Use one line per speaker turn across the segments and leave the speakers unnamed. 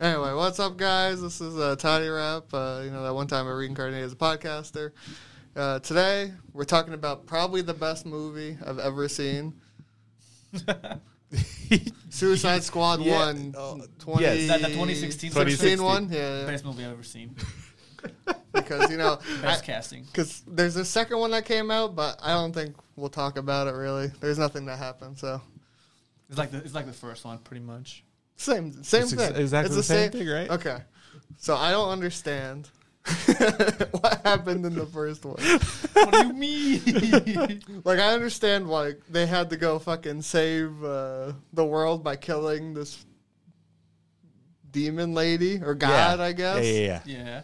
Anyway, what's up, guys? This is uh, Toddy Rap. Uh, you know, that one time I reincarnated as a podcaster. Uh, today, we're talking about probably the best movie I've ever seen Suicide Squad
Yeah,
1.
uh,
20,
yes. Is
that the 2016?
16
2016.
one? Yeah. yeah.
Best movie I've ever seen.
Because, you know,
Best casting.
because there's a second one that came out, but I don't think we'll talk about it really. There's nothing that happened, so.
It's like the it's like the first one, pretty much.
Same, same
It's
thing.
ex- exactly the same Oh, thing, right?
Okay, so I don't understand what happened in the first one.
What do you mean?
Like, I understand why they had to go fucking save uh, the world by killing this demon lady or god, I guess.
Yeah, yeah, yeah.
yeah,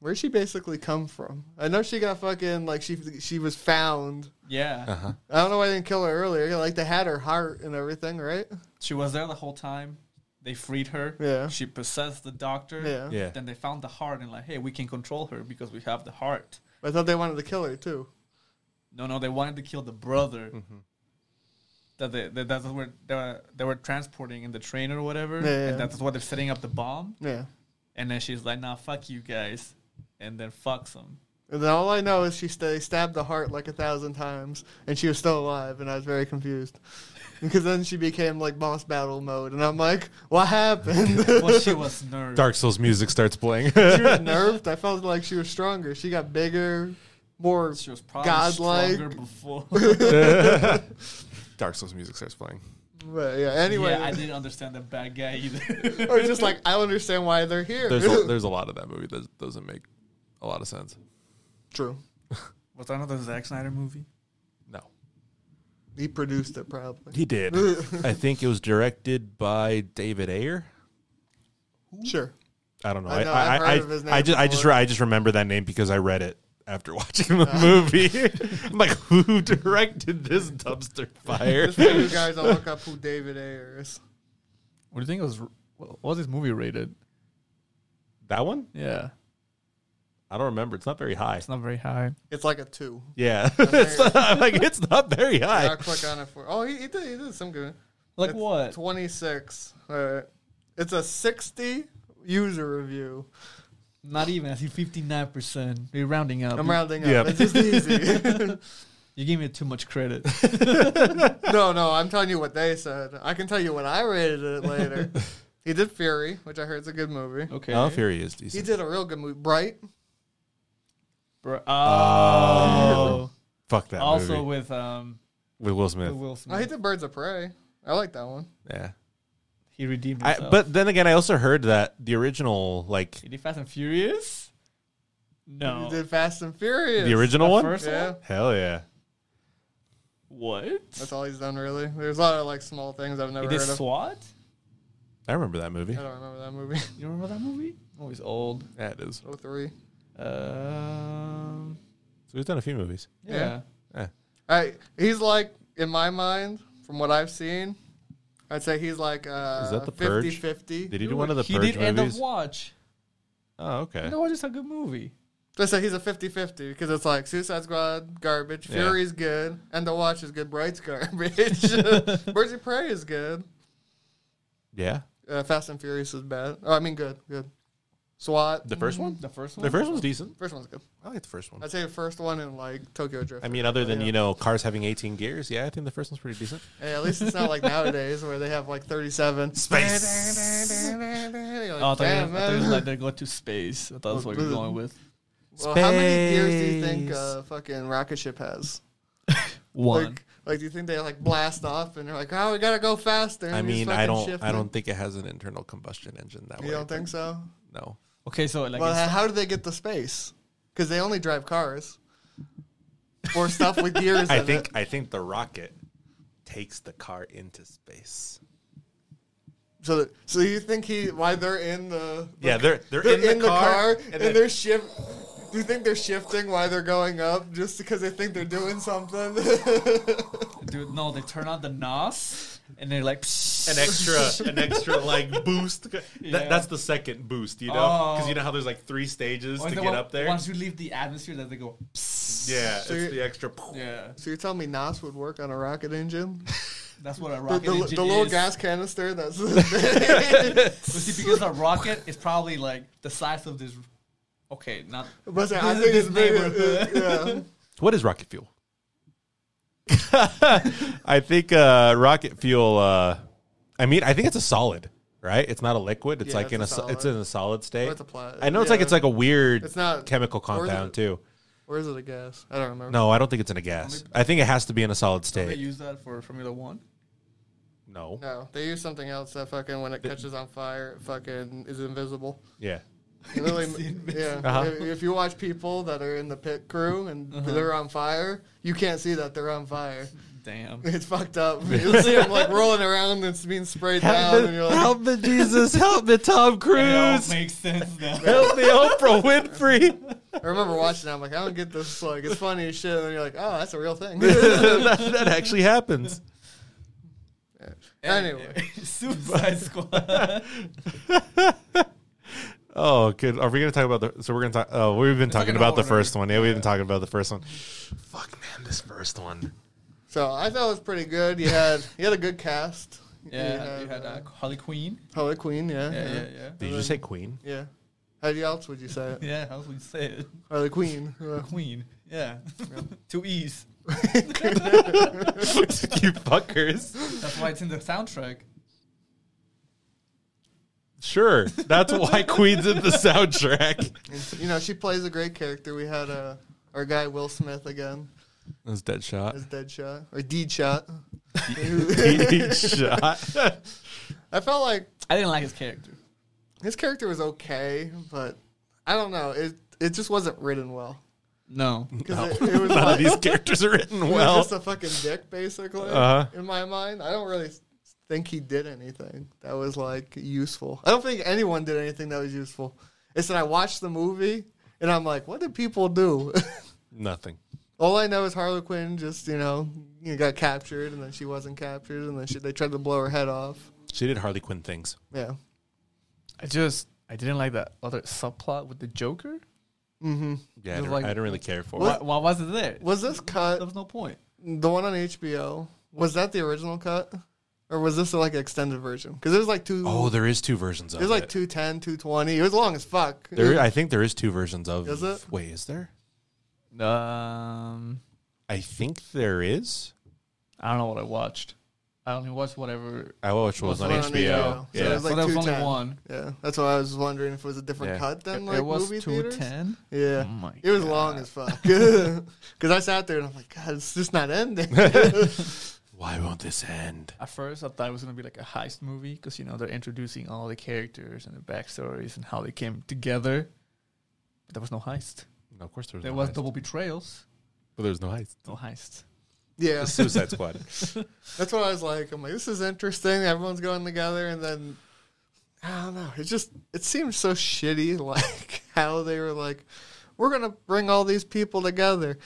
Where'd she basically come from? I know she got fucking like she she was found.
yeah.
Uh-huh.
I don't know why they didn't kill her earlier. Like they had her heart and everything, right?
She was there the whole time. They freed her.
Yeah.
She possessed the doctor.
Yeah.
Yeah.
Then they found the heart and like, hey, we can control her because we have the heart.
I thought they wanted to kill her too.
No, no, they wanted to kill the brother. That they that that's where they were, they were transporting in the train or whatever,
Yeah, yeah, yeah.
and that's why they're setting up the bomb.
Yeah.
And then she's like, "Nah, fuck you guys," and then fucks them.
And then all I know is she st- stabbed the heart like a thousand times, and she was still alive, and I was very confused. Because then she became like boss battle mode, and I'm like, what happened?
well, she was nervous.
Dark Souls music starts playing.
she was nerfed. I felt like she was stronger. She got bigger, more.
She was probably
Godlike.
stronger before.
Dark Souls music starts playing.
But yeah, anyway.
Yeah, I didn't understand the bad guy either.
or just like, I don't understand why they're here.
There's a, there's a lot of that movie that doesn't make a lot of sense.
True.
Was that another Zack Snyder movie?
No,
He produced it, probably.
he did. I think it was directed by David Ayer.
Sure.
I don't know.
I
I
know,
I,
I've
I,
heard of his name
I just I just
before. Uh.
re- I just remember that name because I read it after watching the movie. I'm like, who directed this dumpster fire?
Just for you guys, I'll look up who David Ayer is.
What do you think it was? What was this movie rated?
that one?
Yeah,
I don't remember. It's not very high.
it's not very high.
It's like a two.
Yeah,
very-
it's not, like it's not very
Yeah,
high.
I'll click on it for. Oh, he, he did. He did some good.
Like
It's
what?
26. All right. It's a 60 user review.
Not even. I see fifty nine percent. You're rounding up.
I'm rounding up.
Yep.
It's just easy.
you gave me too much credit.
no, no, I'm telling you what they said. I can tell you when I rated it later. he did Fury, which I heard is a good movie.
Okay.
Oh, Fury is
He
decent.
did a real good movie. Bright. Oh,
Bro-
Oh.
oh.
Fuck that
also
movie
with um
with Will Smith.
with Will
Oh, he
Smith.
did Birds of Prey. I like that one.
Yeah.
He redeemed
I,
himself.
but then again, I also heard that the original, like
he did Fast and Furious. No.
He did Fast and Furious.
the original
The
one,
first
Yeah.
one.
hell yeah,
What?
That's all he's done, really. There's a lot of like small things I've never
He
heard
did
of.
SWAT.
I remember that movie.
I don't remember that movie.
You remember that movie?
Oh,
Movie's old.
Yeah, it is.
Oh three.
Uh,
Um.
So he's done a few movies.
Yeah.
yeah.
Yeah.
I, he's like, in my mind, from what I've seen, I'd say he's like uh,
Is that The
50
Purge?
50.
Did he do one of the
he
Purge
did End of
movies?
Watch.
Oh, okay.
End of Watch is a good movie.
Let's say he's a 50 50 because it's like Suicide Squad, garbage.
Yeah.
Fury's good. And The Watch is good. Bright's garbage. Birds of Prey is good.
Yeah,
Uh, Fast and Furious is bad. Oh, I mean, good. Good. SWAT.
the first one.
The first one.
The first one's decent.
first one's good.
I like the first one.
I'd say the first one in like Tokyo Drift.
I mean, other than
Yeah.
you know, cars having 18 gears. Yeah, I think the first one's pretty decent.
Yeah, at least it's not like nowadays where they have like 37.
Space.
You're like,
Oh, I thought, you- I
"Damn,
thought you
man."
was like they go to space. I thought that's what you were going with.
Well, how many gears do you think
Space.
uh, fucking rocket ship has?
One.
Like, like, do you think they like blast off and they're like, oh, we gotta go faster? and
I
he's
mean,
fucking
I don't.
shifting?
I don't think it has an internal combustion engine that way.
You don't think so?
No.
okay, so like
well,
it's-
h- how do they get to space? Because they only drive cars or stuff with gears.
I
in
think.
it.
I think the rocket takes the car into space.
so. that- So you think he? Why they're in the? the
Yeah, they're they're,
they're
in, the, car,
and,
then-
they're shift. Do you think they're shifting why they're going up just because they think they're doing something?
dude, no, they turn on the NOS and they're like
an extra an extra like boost. That,
Yeah.
That's the second boost, you know, because
Oh.
you know how there's like three stages
Oh,
to
is that
get
what-
up there.
Once you leave the atmosphere, that they go.
yeah,
So
it's
you're-
the extra.
Yeah.
so you're telling me NOS would work on a rocket engine?
That's what a
The,
rocket
the,
engine
the little
is.
gas canister. That's
But see, because a rocket is probably like the size of this. Okay, not.
But I think
This is
it's
his
bigger.
neighborhood.
Yeah.
What is rocket fuel? I think uh, rocket fuel. Uh, I mean, I think it's a solid, right? It's not a liquid. It's
Yeah,
like
it's
in
a
a, so- it's
solid.
in a solid state.
it's a pla-
I know it's like
yeah.
it's like a weird
It's not-
chemical
or is
compound
it-
too.
Or is it a gas? I don't remember.
No, I don't think it's in a gas. I think it has to be in a solid
They
state.
use that for Formula One.
No.
No, they use something else that fucking when it catches on fire, it fucking is invisible.
Yeah.
It really-
invisible.
yeah.
Uh-huh.
If, if you watch people that are in the pit crew and they're on fire, you can't see that they're on fire.
Damn.
It's fucked up. You see them like rolling around and it's being sprayed down, and you're like,
me, Jesus! Help me, Tom
It all makes sense now.
Help me, Oprah Winfrey.
I remember watching that. I'm like, I don't get this. Like, it's funny as shit. And then you're like, oh, that's a real thing.
that, that actually happens.
anyway,
Suicide Squad.
Oh, good. Are we gonna talk about the? So we're gonna talk. Oh, we've been
like
talking
an
about the
order.
first one. Yeah, we've been talking about the first one. Fuck, man, this first one.
so I thought it was pretty good. You had you had a good cast.
Yeah, you had
uh,
uh, Harley Quinn.
Harley Queen. Yeah,
Yeah,
yeah,
yeah,
yeah.
yeah.
Did you just say Queen?
How else would you say it?
Yeah, how would you say it?
Harley Uh, Queen. yeah.
Queen. Yeah. Two E's.
you fuckers.
That's why it's in the soundtrack.
Sure, that's why Queen's in the soundtrack.
And, you know, she plays a great character. We had uh, our guy Will Smith again
That's dead shot.
as Deadshot or Deadshot.
shot.
I felt like
I didn't like his character.
his character was okay, but I don't know. It it just wasn't written well.
No.
'Cause it, it was
None
like,
of these characters are written
He was
well.
just a fucking dick, basically.
Uh-huh.
In my mind, I don't really think he did anything that was like useful. I don't think anyone did anything that was useful. It's that I watched the movie and I'm like, what did people do?
Nothing.
All I know is Harley Quinn just you know you know, got captured and then she wasn't captured and then she, they tried to blow her head off.
She did Harley Quinn things.
Yeah.
I just I didn't like that other subplot with the Joker.
Mm-hmm.
Yeah, I
It was
don't,
like-
I don't really care for
Why,
it.
why was it there?
Was this
There
cut
was no point.
the one on HBO? Was that the original cut, or was this like an extended version? Because it was like two.
Oh, there is two versions of
It was like
it.
210, 220. It was long as fuck.
There, I think there is two versions of.
Is it?
Wait, is there?
Um,
I think there is.
I don't know what I watched. I only watched whatever.
I watched what was on
What's
HBO.
the one on HBO? So
Yeah.
it was like
so there was
210.
only one.
Yeah, that's why I was wondering if it was a different
Yeah.
cut than
It-
like
it was
movie
two
theaters.
ten.
Yeah,
Oh my
it was long as fuck. Because I sat there and I'm like, God, it's just not ending. yeah,
Why won't this end?
At first, I thought it was gonna be like a heist movie because you know they're introducing all the characters and the backstories and how they came together. But there was no heist.
No, of course there was.
There
no
was
heist.
double betrayals.
But there was no heist.
No heist.
The Suicide Squad.
that's what I was like. I'm like, this is interesting. Everyone's going together, and then I don't know. It just it seemed so shitty. Like how they were like, we're gonna bring all these people together.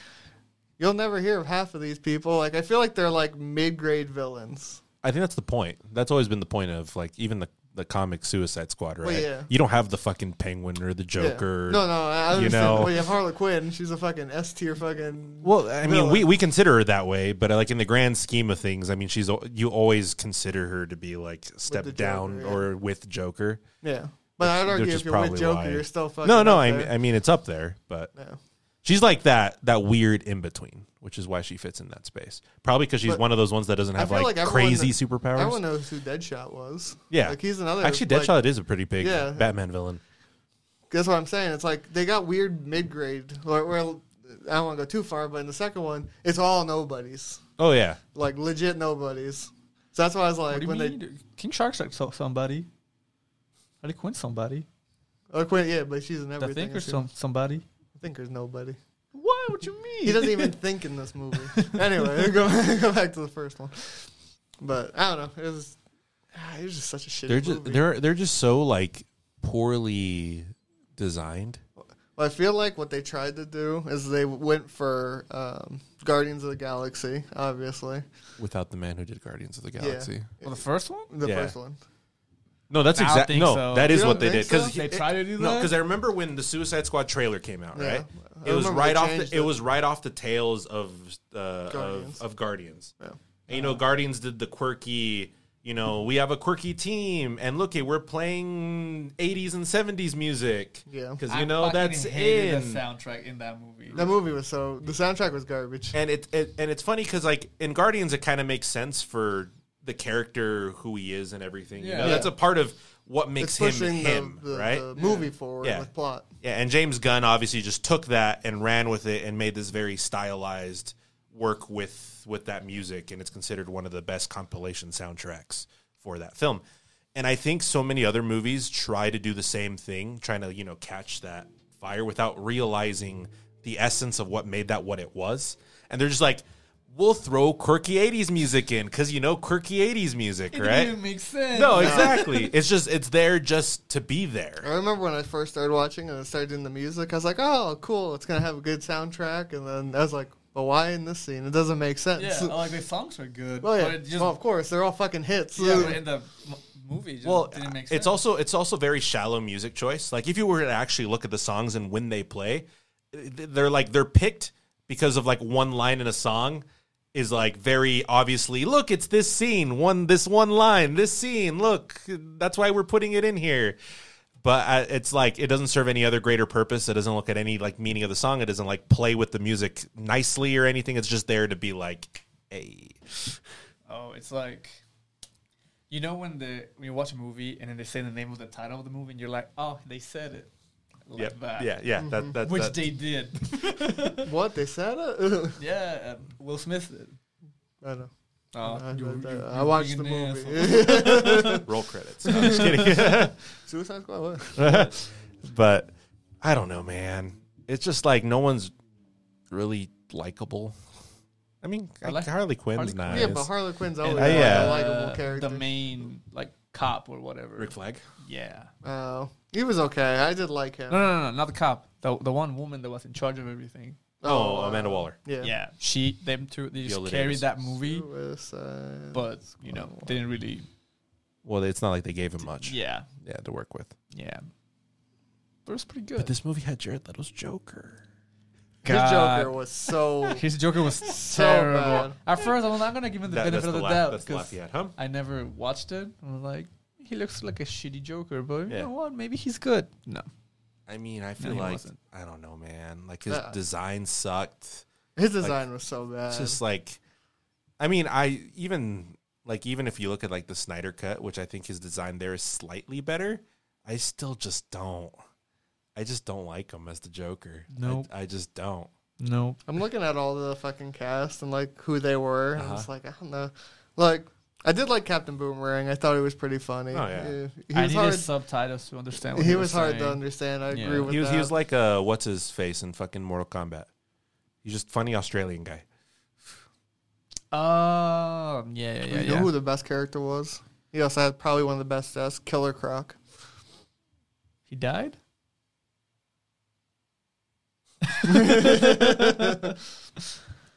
You'll never hear of half of these people. Like I feel like they're like mid grade villains.
I think that's the point. That's always been the point of like even the the comic Suicide Squad, right?
yeah.
You don't have the fucking Penguin or the
Yeah.
Joker.
No, no, I
you
understand.
know.
well, you have Harley Quinn. She's a fucking S tier fucking.
Well, I mean,
villain.
we, we consider her that way, but like in the grand scheme of things, I mean, she's al- you always consider her to be like
the
step
Joker,
down
yeah.
or with Joker.
yeah. But I'd argue
which
if
is
you're with
probably
Joker,
why.
you're still fucking.
No, no,
up
I,
there.
I mean it's up there, but
Yeah.
she's like that that weird in between, which is why she fits in that space. Probably because she's
But
one of those ones that doesn't
I
have
feel
like,
like everyone
crazy
that-
superpowers.
Everyone knows who Deadshot was.
Yeah.
like he's another.
Actually,
like,
Deadshot is a pretty big
Yeah.
Batman villain.
That's what I'm saying. It's like they got weird mid grade. Or, or I don't want to go too far, but in the second one, it's all nobodies,
Oh yeah,
like legit nobodies. So that's why I was like,
what do you
when
mean? King Shark's like so- somebody. Harley Quinn, somebody.
they, like when, yeah, but she's in
The
everything.
Thinker,
isn't she?
some somebody.
Thinker's nobody.
What? What you mean?
he doesn't even think in this movie. Anyway, go go back to the first one. But I don't know. It was ah, it was just such a shitty
they're
movie.
just they're they're just so like poorly designed.
I feel like what they tried to do is they went for um, Guardians of the Galaxy, obviously.
Without the man who did Guardians of the Galaxy,
Galaxy.
Well, the first one.
The
Yeah.
first one.
no, that's
I don't
exactly
think
no,
so.
that
You
is
don't
what they did
think so?
because
They try to do
No,
that?
because I remember when the Suicide Squad trailer came out,
Yeah.
right?
I
It was
remember
right
they
off. The,
changed
it
it.
was right off the tails of uh,
Guardians.
of, of Guardians.
Yeah.
And, you know, Guardians did the quirky, you know, we have a quirky team, and look, it, we're playing 80s and 70s music.
Yeah.
Because,
I
you know,
fucking
that's
hated
in.
the soundtrack in that movie.
That movie was so the soundtrack was garbage.
and it, it and it's funny because like in Guardians, it kind of makes sense for the character who he is and everything. You
Yeah.
know, that's a part of what
It's
makes him
pushing
him,
the, the,
right?
the movie forward
Yeah.
with plot.
yeah, and James Gunn obviously just took that and ran with it and made this very stylized work with with that music, and it's considered one of the best compilation soundtracks for that film. And I think so many other movies try to do the same thing, trying to you know catch that fire without realizing the essence of what made that what it was. And they're just like, we'll throw quirky '80s music in because you know quirky '80s music,
it
right?
didn't even make sense.
no, exactly. it's just it's there just to be there.
I remember when I first started watching and I started doing the music, I was like, "Oh, cool! It's gonna have a good soundtrack." And then I was like, "But why in this scene? It doesn't make sense."
Yeah, like the songs are good.
well,
But
Oh, yeah.
it just,
well, of course, they're all fucking hits.
yeah, but in the m- movie, it just
well
didn't make sense.
it's also it's also very shallow music choice like if you were to actually look at the songs and when they play th- they're like they're picked because of like one line in a song is like very obviously look it's this scene one this one line this scene look that's why we're putting it in here but I, it's like it doesn't serve any other greater purpose it doesn't look at any like meaning of the song it doesn't like play with the music nicely or anything it's just there to be like hey
Oh, it's like you know when the when you watch a movie and then they say the name of the title of the movie and you're like, oh, they said it. Like
yeah
that. Mm-hmm.
yeah yeah that, that,
Which
that-
they did.
what they said? it?
yeah, um, Will Smith did.
I don't know.
Oh,
Uh, I,
you-
I-
you-
I
you
watched the
being an asshole.
movie.
roll credits No, I'm just kidding
Suicide Squad. What?
but I don't know, man. It's just like no one's really likable. I mean,
I like-
like Harley Quinn's
Harley Quinn.
nice.
Yeah, but Harley Quinn's always
And,
been a
uh, yeah.
likable
the
character.
main like cop or whatever.
Rick Flag.
Yeah.
Oh, he was okay. I did like him.
No, no, no, no, not the cop. The the one woman that was in charge of everything.
Oh,
uh,
Amanda Waller.
Yeah.
Yeah, she them two they just
Viola
carried
Davis.
that movie,
Suicide
but you know
Squad.
they didn't really.
Well, it's not like they gave him much.
Yeah,
Yeah, to work with.
yeah. But it was pretty good.
But this movie had Jared Leto's Joker.
his
God.
Joker was so
His Joker was
So
terrible.
bad.
At first, I'm not gonna give him the
That-
benefit of the
laugh-
doubt
That's the
because
laugh he had, huh?
I never watched it. I was like, he looks like a shitty Joker, but
Yeah.
you know what? Maybe he's good. No,
I mean, I
feel
feel
he like-
like
wasn't.
I don't know, man. Like his
Uh-uh.
design sucked.
his design was so bad.
It's just like, I mean, I even like even if you look at like the Snyder cut, which I think his design there is slightly better, I still just don't. I just don't like him as the Joker. I-
Nope.
I, just don't.
no.
I'm looking at all the fucking cast and like who they were. And I'm
Uh-huh.
just like, I don't know. Like, I did like Captain Boomerang. I thought he was pretty funny.
Oh, yeah.
He,
I
was
needed
hard.
subtitles to understand.
He,
What he,
was hard to
saying.
understand. I
Yeah.
agree with
He was
that.
he was like uh what's his face in fucking Mortal Kombat. He's just funny Australian guy.
Um, yeah, yeah, yeah.
you know
yeah.
who the best character was? He also had probably one of the best deaths, Killer Croc.
He died.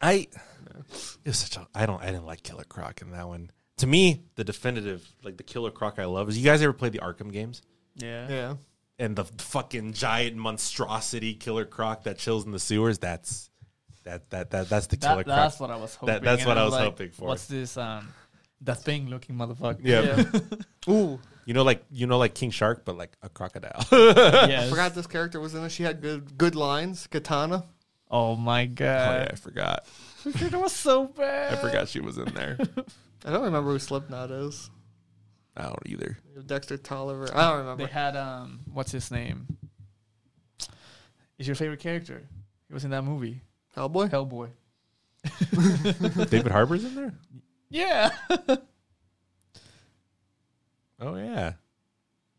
I it was such a I don't I didn't like Killer Croc in that one. To me, the definitive like the Killer Croc I love is you guys ever played the Arkham games?
Yeah.
Yeah.
and the fucking giant monstrosity killer croc that chills in the sewers. That's that that that that's the
That,
killer croc.
that's what I was hoping.
that's
and
what I
I'm
was
like,
hoping for.
What's this? Um, the thing looking motherfucker.
Yeah.
Ooh,
You know, like you know, like King Shark, but like a crocodile.
yes.
I forgot this character was in it. She had good good lines. Katana.
Oh my god.
forgot.
It was so
Uh,
bad.
she was in there.
I don't remember who Slipknot is.
I don't either.
Dexter Tolliver. I don't
They
remember.
had um, what's his name? Is your favorite character? He was in that movie,
Hellboy.
Hellboy.
David Harbour's in there.
Yeah.
Oh yeah,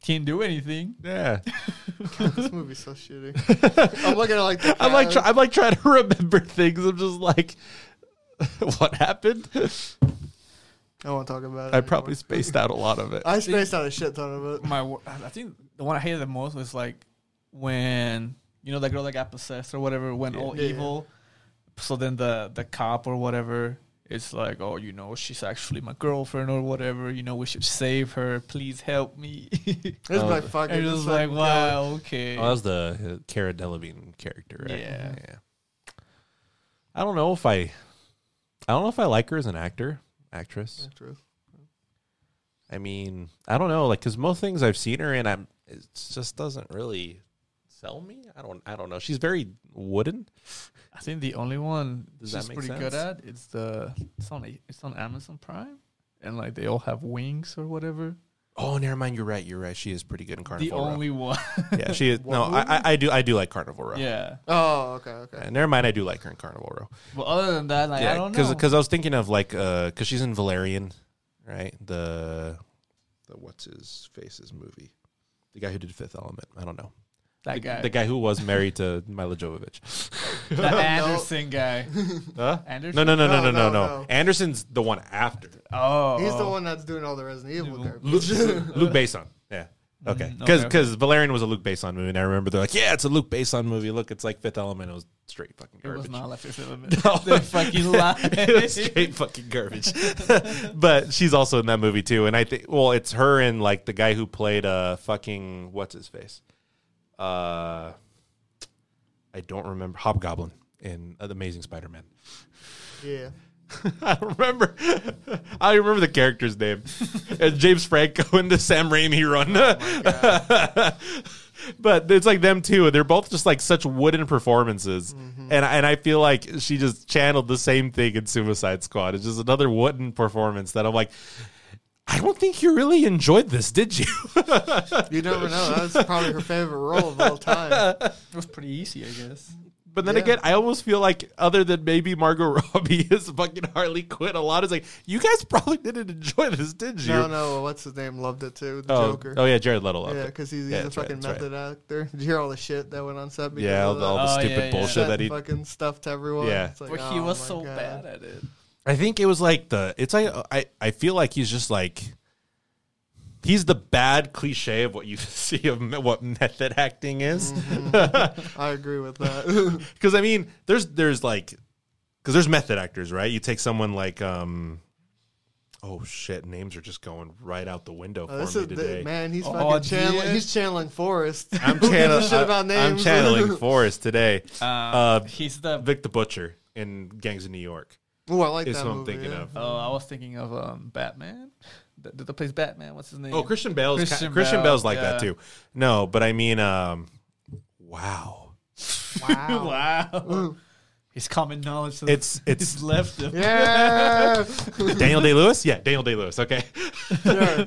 He didn't do anything.
yeah.
this movie's so shitty. I'm looking at like. The
I'm like
cast.
try, I'm like trying to remember things. I'm just like, what happened?
I won't talk about it.
I
anymore.
probably spaced out a lot of it.
I spaced out a shit ton of it.
My, wo- I think the one I hated the most was like when you know that girl that got possessed or whatever went all
Yeah, yeah.
evil. So then the the cop or whatever is like, oh, you know, she's actually my girlfriend or whatever. You know, we should save her. Please help me.
It was
Oh.
like fucking.
and it was
just
like,
fucking
wow, okay.
Oh, that was the uh, Cara Delevingne character, right?
Yeah.
I don't know if I, I don't know if I like her as an actor. actress.
Actress.
I mean, I don't know, like because most things I've seen her in, I'm it just doesn't really sell me. I don't, I don't know. She's very wooden.
I think the only one
Does that
she's
make
pretty good
sense?
at it's the it's on it's on Amazon Prime, and like they all have wings or whatever.
Oh, never mind. You're right. You're right. She is pretty good in
the
Carnival Row.
only one,
Yeah, she is. no,
What
I, I, I do, I do like Carnival Row.
yeah.
Oh, okay, okay.
Yeah, never mind. I do like her in Carnival Row.
But other than that, like I
Yeah,
don't
because
know.
I was thinking of like because she's in Valerian, right? The the what's his face's movie, the guy who did Fifth Element. I don't know
that
the,
guy,
the guy who was married to Mila Jovovich.
that Anderson guy.
Huh?
Anderson.
No, no, no, no,
No,
no, no,
no,
no.
no.
Anderson's the one after
Oh,
He's the
uh,
oh.
one that's doing all the Resident Evil
Evil.
Luke,
characters.
Luke Besson. Yeah. Okay.
Mm,
Because
okay, okay.
Valerian was a Luke Besson movie, and I remember they're like, yeah, it's a Luke Besson movie. Look, it's like Fifth Element. It was straight fucking
It
garbage.
was not like Fifth
No.
Element. They fucking
It was
lied.
straight fucking garbage. but she's also in that movie too, and I think well, it's her and like the guy who played uh fucking what's his face, uh, I don't remember Hobgoblin in uh, the Amazing Spider-Man.
yeah.
I don't remember. I remember the character's name. It's James Franco in the Sam Raimi run.
Oh,
but it's like them too. They're both just like such wooden performances,
Mm-hmm.
and and I feel like she just channeled the same thing in Suicide Squad. It's just another wooden performance that I'm like. I don't think you really enjoyed this, did you?
You never know. That was probably her favorite role of all time.
It was pretty easy, I guess.
But then
Yeah.
again, I almost feel like other than maybe Margot Robbie is fucking Harley Quinn. A lot is like you guys probably didn't enjoy this, did you?
No, no. What's his name? Loved it too. The
Oh,
Joker.
oh yeah, Jared Leto loved
yeah,
it.
because he's, he's
Yeah,
a
that's right,
fucking
that's right.
method actor. Did you hear all the shit that went on set? Because
Yeah, all
of
the, all the
Oh,
stupid
yeah, yeah.
bullshit that
that
he.
fucking stuff to everyone.
Yeah.
It's like,
But he
oh
was
my
so
God.
bad at it.
I think it was like the. It's like I. I feel like he's just like. He's the bad cliche of what you see of me- what method acting is.
Mm-hmm. I agree with that.
Because I mean, there's there's like, because there's method actors, right? You take someone like, um, oh shit, names are just going right out the window for
Uh, this
me
is
today.
the, man. He's
Oh,
fucking channeling.
dear.
He's channeling Forrest.
I'm
Who gives a
channeling.
shit about
I, am
names?
channeling Forrest today.
Uh,
Uh,
he's the.
Vic the Butcher in Gangs of New York
Oh, I like
is
that
who I'm
movie,
thinking
yeah.
of.
oh, I was thinking of um Batman. The, the, the place Batman. What's his name?
Oh, Christian Bale's ki- Christian,
Christian Bale,
Bale's like that
yeah.
too. No, but I mean, um, wow,
Wow.
Wow. His common knowledge. It's
it's it's
left him.
Yeah.
Daniel Day Lewis. Yeah, Daniel Day Lewis. Okay,
Sure.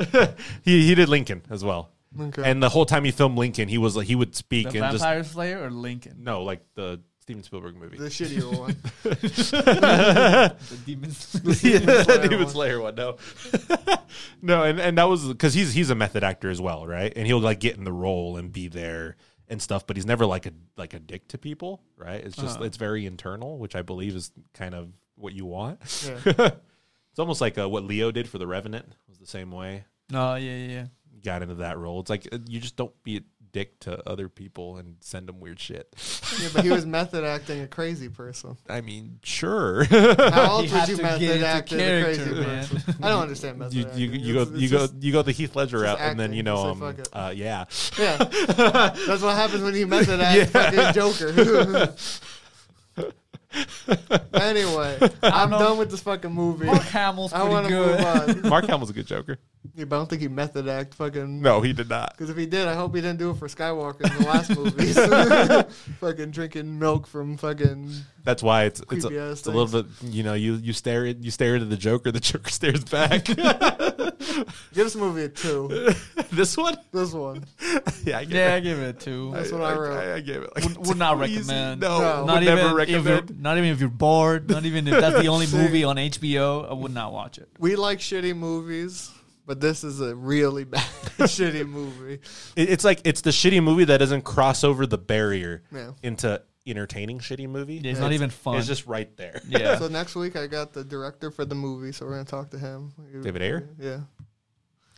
he he did Lincoln as well,
Okay.
and the whole time he filmed Lincoln, he was like he would speak
The
and just
Vampire Slayer or Lincoln?
no like the Steven Spielberg movie.
the shittier one.
The Demon
yeah,
Slayer
Demon
one.
Slayer one. No, no, and and that was because he's he's a method actor as well, right? And he'll like get in the role and be there and stuff, but he's never like a like a dick to people, right? It's just
Uh-huh.
it's very internal, which I believe is kind of what you want.
Yeah.
It's almost like uh, what Leo did for The Revenant was the same way.
No, yeah, yeah, yeah.
He Got into that role. It's like uh, you just don't be a dick to other people and send them weird shit.
Yeah, but he was method acting a crazy person.
I mean, sure.
How else would
had
you
to
method
into
act a crazy
man.
person? I don't understand method
you, you,
acting.
you go
It's- it's
you go
just-
you go the Heath Ledger
just
route, and then
acting.
you know
Just say,
um
"Fuck it."
uh, yeah.
Yeah, that's what happens when you method act fucking
uh,
Joker. anyway, I'm
know.
done with this fucking movie.
Mark Hamill's
I
pretty
want to move
good.
on.
Mark Hamill's a good Joker.
Yeah, but I don't think he method act fucking.
No, he did not.
Because if he did, I hope he didn't do it for Skywalker in the last movie. fucking drinking milk from fucking.
That's why it's it's
Creepy
a,
ass
it's a little bit you know you you stare at you stare at the Joker, the Joker stares back.
Give this movie a two.
this one,
This one.
yeah, I
Yeah, I give it two.
That's what I wrote.
I, I gave it. Like
Would- would not
too easy.
recommend.
No,
No.
would
Not even,
never
if you're,
recommend.
not even if you're bored. Not even if that's the only
See.
movie on HBO. I would not watch it.
We like shitty movies, but this is a really bad shitty movie.
It- It's like it's the shitty movie that doesn't cross over the barrier
Yeah.
into entertaining shitty movie.
It's not even fun.
It's just right there.
yeah.
So next week I got the director for the movie, so we're gonna talk to him.
David Ayer?
Yeah.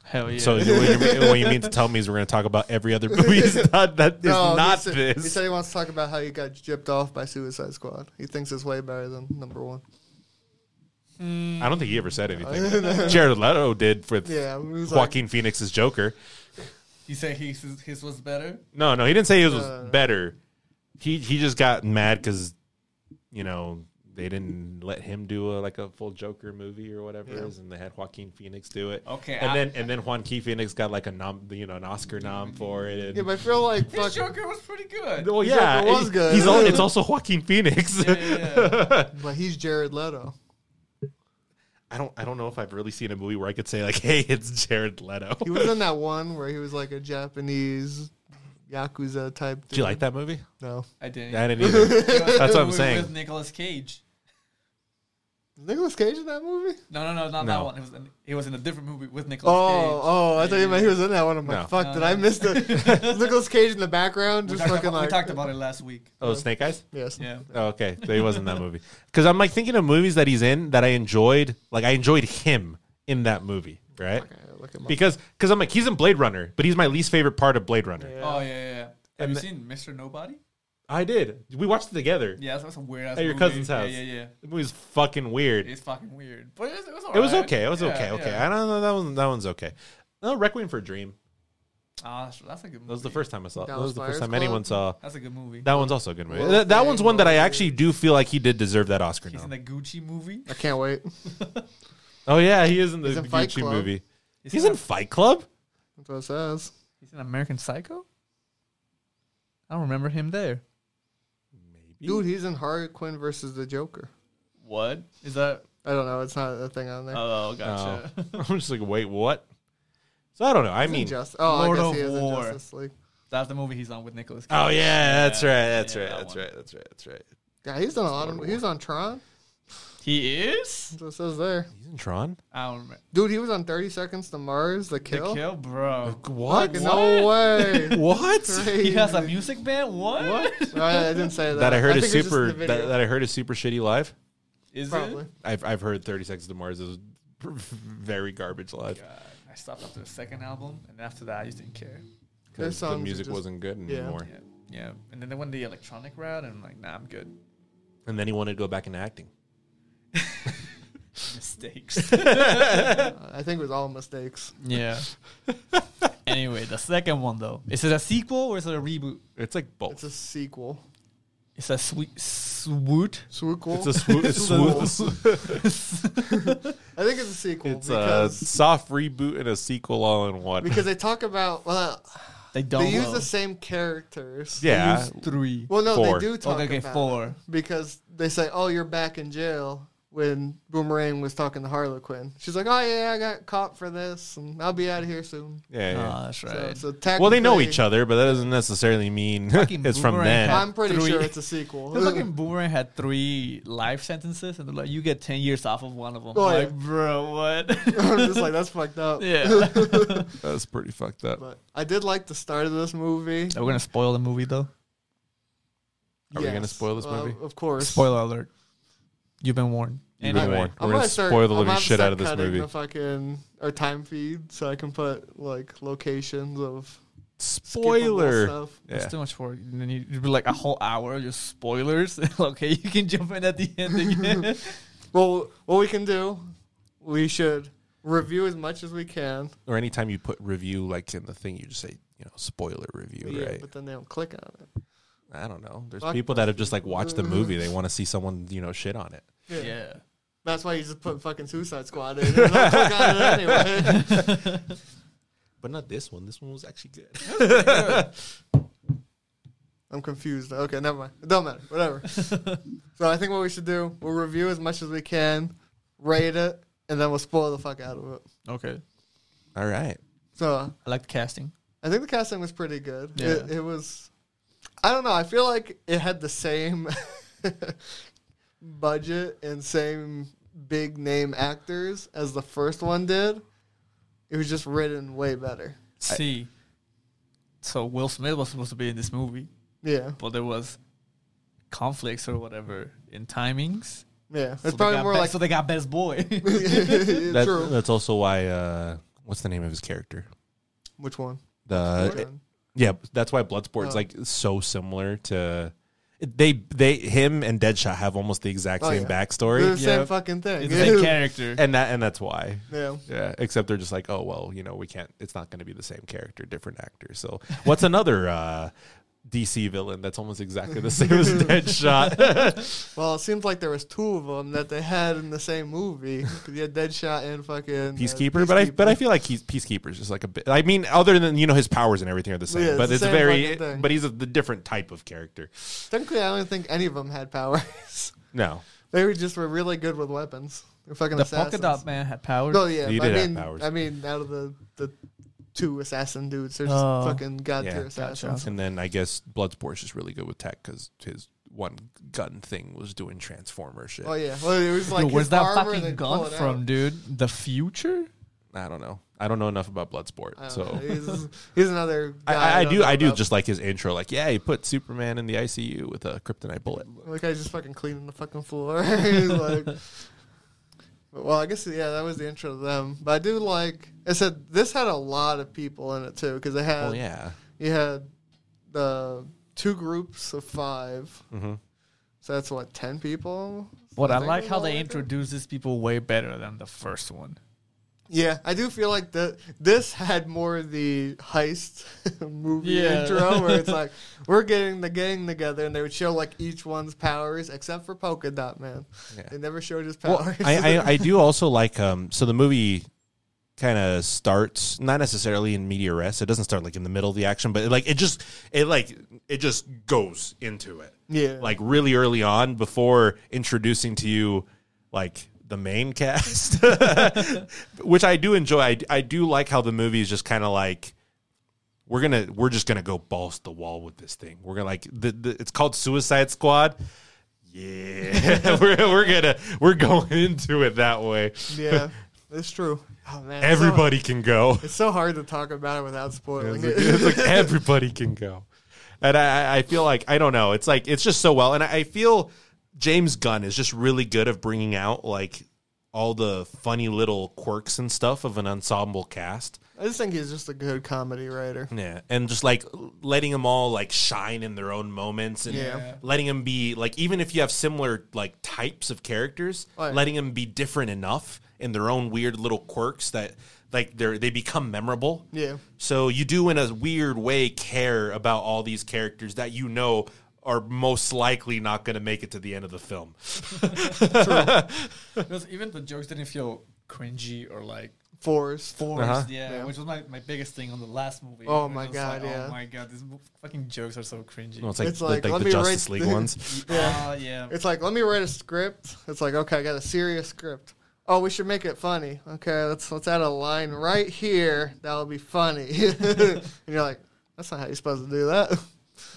Hell yeah.
So you, what, you mean, what you mean to tell me is we're going to talk about every other movie that's not, that is not
he said, He
this?
said he wants to talk about how he got gypped off by Suicide Squad. He thinks it's way better than number one.
I don't think he ever said anything. Jared Leto did with
Yeah, he was like,
Joaquin Phoenix's Joker.
you say his his was better.
No, no, he didn't say his was
Uh,
better. He he just got mad because you know they didn't let him do a, like a full Joker movie or whatever
Yeah.
it is, and they had Joaquin Phoenix do it.
Okay,
and
I-
then and then Joaquin Phoenix got like a nom, you know, an Oscar nom for it. And,
Yeah, but I feel like
His
fuck,
Joker was pretty good.
well, yeah,
Joker was
it-
good.
He's all, it's also Joaquin Phoenix.
Yeah, yeah,
but he's Jared Leto.
I don't I don't know if I've really seen a movie where I could say like, hey, it's Jared Leto.
He was in that one where he was like a Japanese yakuza type. Dude.
Did you like that movie?
No,
I didn't.
I didn't either. That's what I'm
With-
saying.
With Nicolas Cage.
Nicholas Cage in that movie?
No, no, no, not that
No.
one. It was in, it was in a different movie with Nicolas
Oh,
Cage.
oh, I thought you meant he was in that one. I'm like,
No.
fuck,
No,
did
no.
I miss the Nicholas Cage in the background?
we
Just
talked,
fucking
about, we
like
talked about it last week.
Oh, Snake Eyes.
Yes.
Yeah.
Oh, okay. So he wasn't that movie. Because I'm like thinking of movies that he's in that I enjoyed. Like I enjoyed him in that movie, right?
Okay, look him up.
Because because I'm like he's in Blade Runner, but he's my least favorite part of Blade Runner.
Yeah.
Oh yeah, yeah. yeah. Have
And
you
the-
seen Mr. Nobody?
I did. We watched it together.
Yeah, that's, that's a weird ass
At your
movie.
cousin's house.
Yeah, yeah, yeah.
The movie's fucking weird.
It's fucking weird, but it was it was,
it was
alright.
okay. It was
Yeah,
okay. Okay.
yeah.
I don't know. That one. That one's okay. No, Requiem for a Dream.
Ah, that's, that's a good. Movie.
That was the first time I saw. it. That
Dallas
was the
Buyers
first time
Club?
anyone saw.
That's a good movie.
That one's also a good movie.
Well,
that, that
okay,
one's one that I
well,
actually do feel like he did deserve that Oscar.
He's
nom.
in the Gucci movie.
I can't wait.
oh yeah, he is in the
He's in Fight
Gucci
Club.
movie. He's in Fight Club.
That's what it says.
He's an American Psycho. I don't remember him there.
Maybe.
Dude, he's in Harley Quinn versus the Joker.
What is that?
I don't know. It's not a thing on there.
Oh, gotcha.
I'm just like, wait, what? So I don't know. I
He's in
mean,
Just- oh,
Lord
I guess
of
he is in
War.
Justice League.
that's the movie he's on with Nicolas. Cage.
oh yeah, that's
Yeah,
right, that's
yeah,
right,
that
that's
one.
right, that's right, that's right.
Yeah, he's done a lot
Lord
of.
of
He was on Tron.
He is.
That's what it says there.
He's in Tron.
I don't remember.
Dude, he was on 30 Seconds to Mars, The Kill.
The kill, bro.
What?
Fucking No way.
What?
Crazy.
He has a music band. What?
No, I, I didn't say that.
that I heard is
think it's just
super.
the
That,
video.
that I heard is super shitty live.
Is
Probably.
it?
I've I've heard Thirty Seconds to Mars is very garbage live
God, Uh, I stopped after the second album, and after that, I just didn't care.
Their
because the
songs are
music
just-
wasn't good
yeah.
anymore.
Yeah, yeah. And then they went the electronic route, and I'm like, nah, I'm good.
And then he wanted to go back into acting.
Mistakes.
I think it was all mistakes.
yeah. anyway, the second one though, is it a sequel or is it a reboot?
It's like
It's
both.
a sequel.
It's a sweet swoot.
Sequel.
It's a swoop. It's
Sequel.
swoop.
I think it's a sequel
It's uh, a
because
soft reboot and a sequel all in one.
because they talk about well,
They don't.
they use
know.
the same characters.
They
yeah,
use three.
Well, no,
Four.
they do
Oh,
talk
they okay,
about it
four.
because they say, "Oh, you're back in jail." When Boomerang was talking to Harlequin, she's like, "Oh yeah, I got caught for this, and I'll be out of here soon."
yeah, yeah.
uh,
Oh, that's
So,
right.
so
Well, they know
technically,
each other, but that doesn't necessarily mean
Fucking
it's from
boomerang hat.
them.
I'm pretty
Three.
sure it's a sequel.
the fucking boomerang had three life sentences, and they're like, "You get ten years off of one of them."
Oh,
I'm
yeah.
like, bro, what?
I'm just like, that's fucked up.
yeah.
That's pretty fucked up.
But I did like the start of this movie.
Are we gonna spoil the movie though?
Are we gonna spoil this
Well,
movie?
Of course.
Spoiler alert. You've been warned.
You've been
Anyway.
warned.
I'm
We're gonna
start-
spoil the
I'm gonna
living
have to
shit
start
out of this
cutting
movie.
The fucking or time feed, so I can put like locations of skippable
Spoiler.
stuff.
Yeah.
It's too much for it. And then you- you'd be like a whole hour just spoilers. okay, you can jump in at the end again.
Well, what we can do, we should review as much as we can.
Or anytime you put review like in the thing, you just say you know spoiler review,
Yeah,
right?
but then they don't click on it.
I don't know. There's
Fuck.
people that have just like watched the movie. They want to see someone you know shit on it.
Yeah.
yeah.
That's why you just put fucking Suicide Squad in. And they'll click on it anyway.
But not this one. This one was actually good.
I'm confused. Okay, never mind. It don't matter. Whatever. so I think what we should do, we'll review as much as we can, rate it, and then we'll spoil the fuck out of it.
okay.
All right.
So
I like the casting.
I think the casting was pretty good. It,
Yeah.
it was, I don't know. I feel like it had the same budget and same big name actors as the first one did. It was just written way better.
See. So Will Smith was supposed to be in this movie,
Yeah,
but there was conflicts or whatever in timings.
yeah. It's
So they
probably
got
more
be-
like
so they got best boy.
That,
true.
That's also why. Uh, what's the name of his character?
Which one?
The
Which one?
Yeah, that's why Bloodsport's
Oh.
like so similar to they they him and Deadshot have almost the exact
Oh,
same
yeah.
backstory.
They're the same
Yep.
fucking thing.
it's the same character.
And that and that's why.
yeah.
Yeah, except they're just like, "Oh, well, you know, we can't it's not going to be the same character, different actor." So, what's another uh DC villain that's almost exactly the same as Deadshot.
Well, it seems like there was two of them that they had in the same movie. 'Cause You had Deadshot and fucking uh,
Peacekeeper, but I but I feel like he's Peacekeeper's just like a bit. I mean, other than you know his powers and everything are the same,
Yeah, it's
but
the
it's
same
very.
fucking thing.
But he's a the different type of character.
technically I don't think any of them had powers.
No,
they were just were really good with weapons. They're fucking
The polka
assassins.
dot man had powers.
No, yeah,
You
but
did
I
have
mean,
powers.
I mean, out of the the two assassin dudes, they're just
Oh.
fucking god
Yeah.
tier assassins.
and then I guess Bloodsport's just really good with tech because his one gun thing was doing transformer shit.
Oh yeah, well, it was like
Dude, where's
his
that
armor and
fucking
they'd pull
gun
it out.
from, dude? The future?
I don't know. I don't know enough about
I
Bloodsport,
don't
so.
know. he's, he's another. guy
I, I, I
don't
do.
know
I do
about.
just like his intro. Like, yeah, he put Superman in the ICU with a kryptonite bullet.
Like I just fucking cleaning the fucking floor. He's like, well, I guess yeah, that was the intro to them. But I do like. I said this had a lot of people in it too because they had
Oh yeah.
you had the two groups of five,
Mm-hmm.
so that's what ten people.
What I
think
like
it
how
was
they
all like that.
introduce these people way better than the first one.
Yeah, I do feel like that this had more of the heist movie
Yeah.
intro where it's like we're getting the gang together and they would show like each one's powers except for Polka Dot Man.
Yeah.
They never showed his
Well,
powers.
I, I, I do also like um. So the movie kind of starts not necessarily in media res. It doesn't start like in the middle of the action, but it, like it just it like it just goes into it
yeah.
like really early on before introducing to you like the main cast, which I do enjoy. I, I do like how the movie is just kind of like we're gonna we're just gonna go balls to the wall with this thing. We're gonna like the, the it's called Suicide Squad. Yeah, we're, we're gonna we're going into it that way.
yeah. It's true. Oh man. it's so-
Everybody can go.
It's so hard to talk about it without spoiling
It's
it.
like, it's like everybody can go. And I, I feel like I don't know. It's like it's just so well, and I feel James Gunn is just really good at bringing out like all the funny little quirks and stuff of an ensemble cast.
I just think he's just a good comedy writer.
Yeah, and just like letting them all like shine in their own moments, and
Yeah.
letting them be like even if you have similar like types of characters,
Oh, yeah.
letting them be different enough in their own weird little quirks that like they're they become memorable.
Yeah.
So you do, in a weird way, care about all these characters that you know are most likely not going to make it to the end of the film.
because even the jokes didn't feel cringy or like
Forrest.
forced.
Uh-huh.
Yeah,
Yeah.
which was my, my biggest thing on the last movie.
Oh
It was
my
just
God,
like,
yeah.
Oh my god, these mo- fucking jokes are so cringy.
Well, it's like,
It's like,
like
let
the
me
Justice
write
League
the-
ones.
Yeah.
Ah, yeah.
It's like, let me write a script. It's like, okay, I got a serious script. Oh, we should make it funny. Okay, let's let's add a line right here. That'll be funny. and you're like, that's not how you're supposed to do that.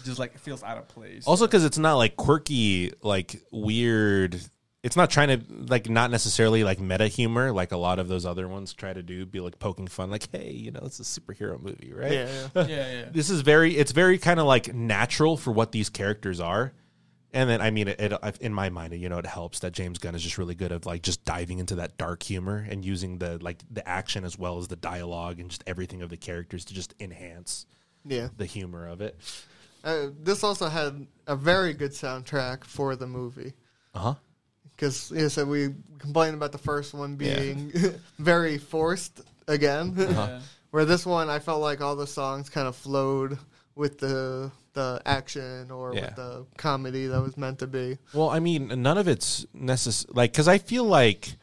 just like it feels out of place.
Also, because it's not like quirky, like weird. It's not trying to like not necessarily like meta humor like a lot of those other ones try to do. Be like poking fun, like hey, you know, it's a superhero movie, right?
yeah.
yeah, yeah.
this is very it's very kind of like natural for what these characters are and then i mean it, it in my mind you know it helps that james gunn is just really good at like just diving into that dark humor and using the like the action as well as the dialogue and just everything of the characters to just enhance
yeah.
the humor of it
Uh, this also had a very good soundtrack for the movie.
uh-huh
Because yeah, so we complained about the first one being very forced again,
Uh-huh.
where this one I felt like all the songs kind of flowed with the the action or
Yeah.
with the comedy that was meant to be.
well i mean none of it's necessary like because i feel like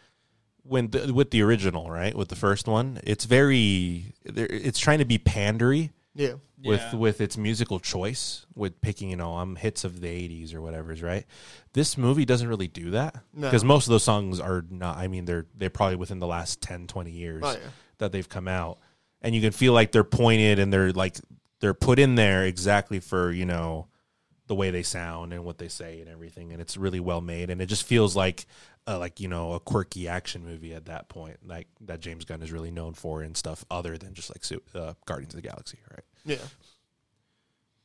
when the, with the original right with the first one it's very there- it's trying to be pandery
Yeah,
with
Yeah.
with its musical choice with picking you know um hits of the 80s or whatever's right this movie doesn't really do that
No.
because most of those songs are not i mean they're they're probably within the last 10 20 years
Oh, yeah.
that they've come out and you can feel like they're pointed and they're like they're put in there exactly for you know the way they sound and what they say and everything and it's really well made and it just feels like uh, like you know a quirky action movie at that point like that James Gunn is really known for and stuff other than just like su- uh, Guardians of the Galaxy right
yeah.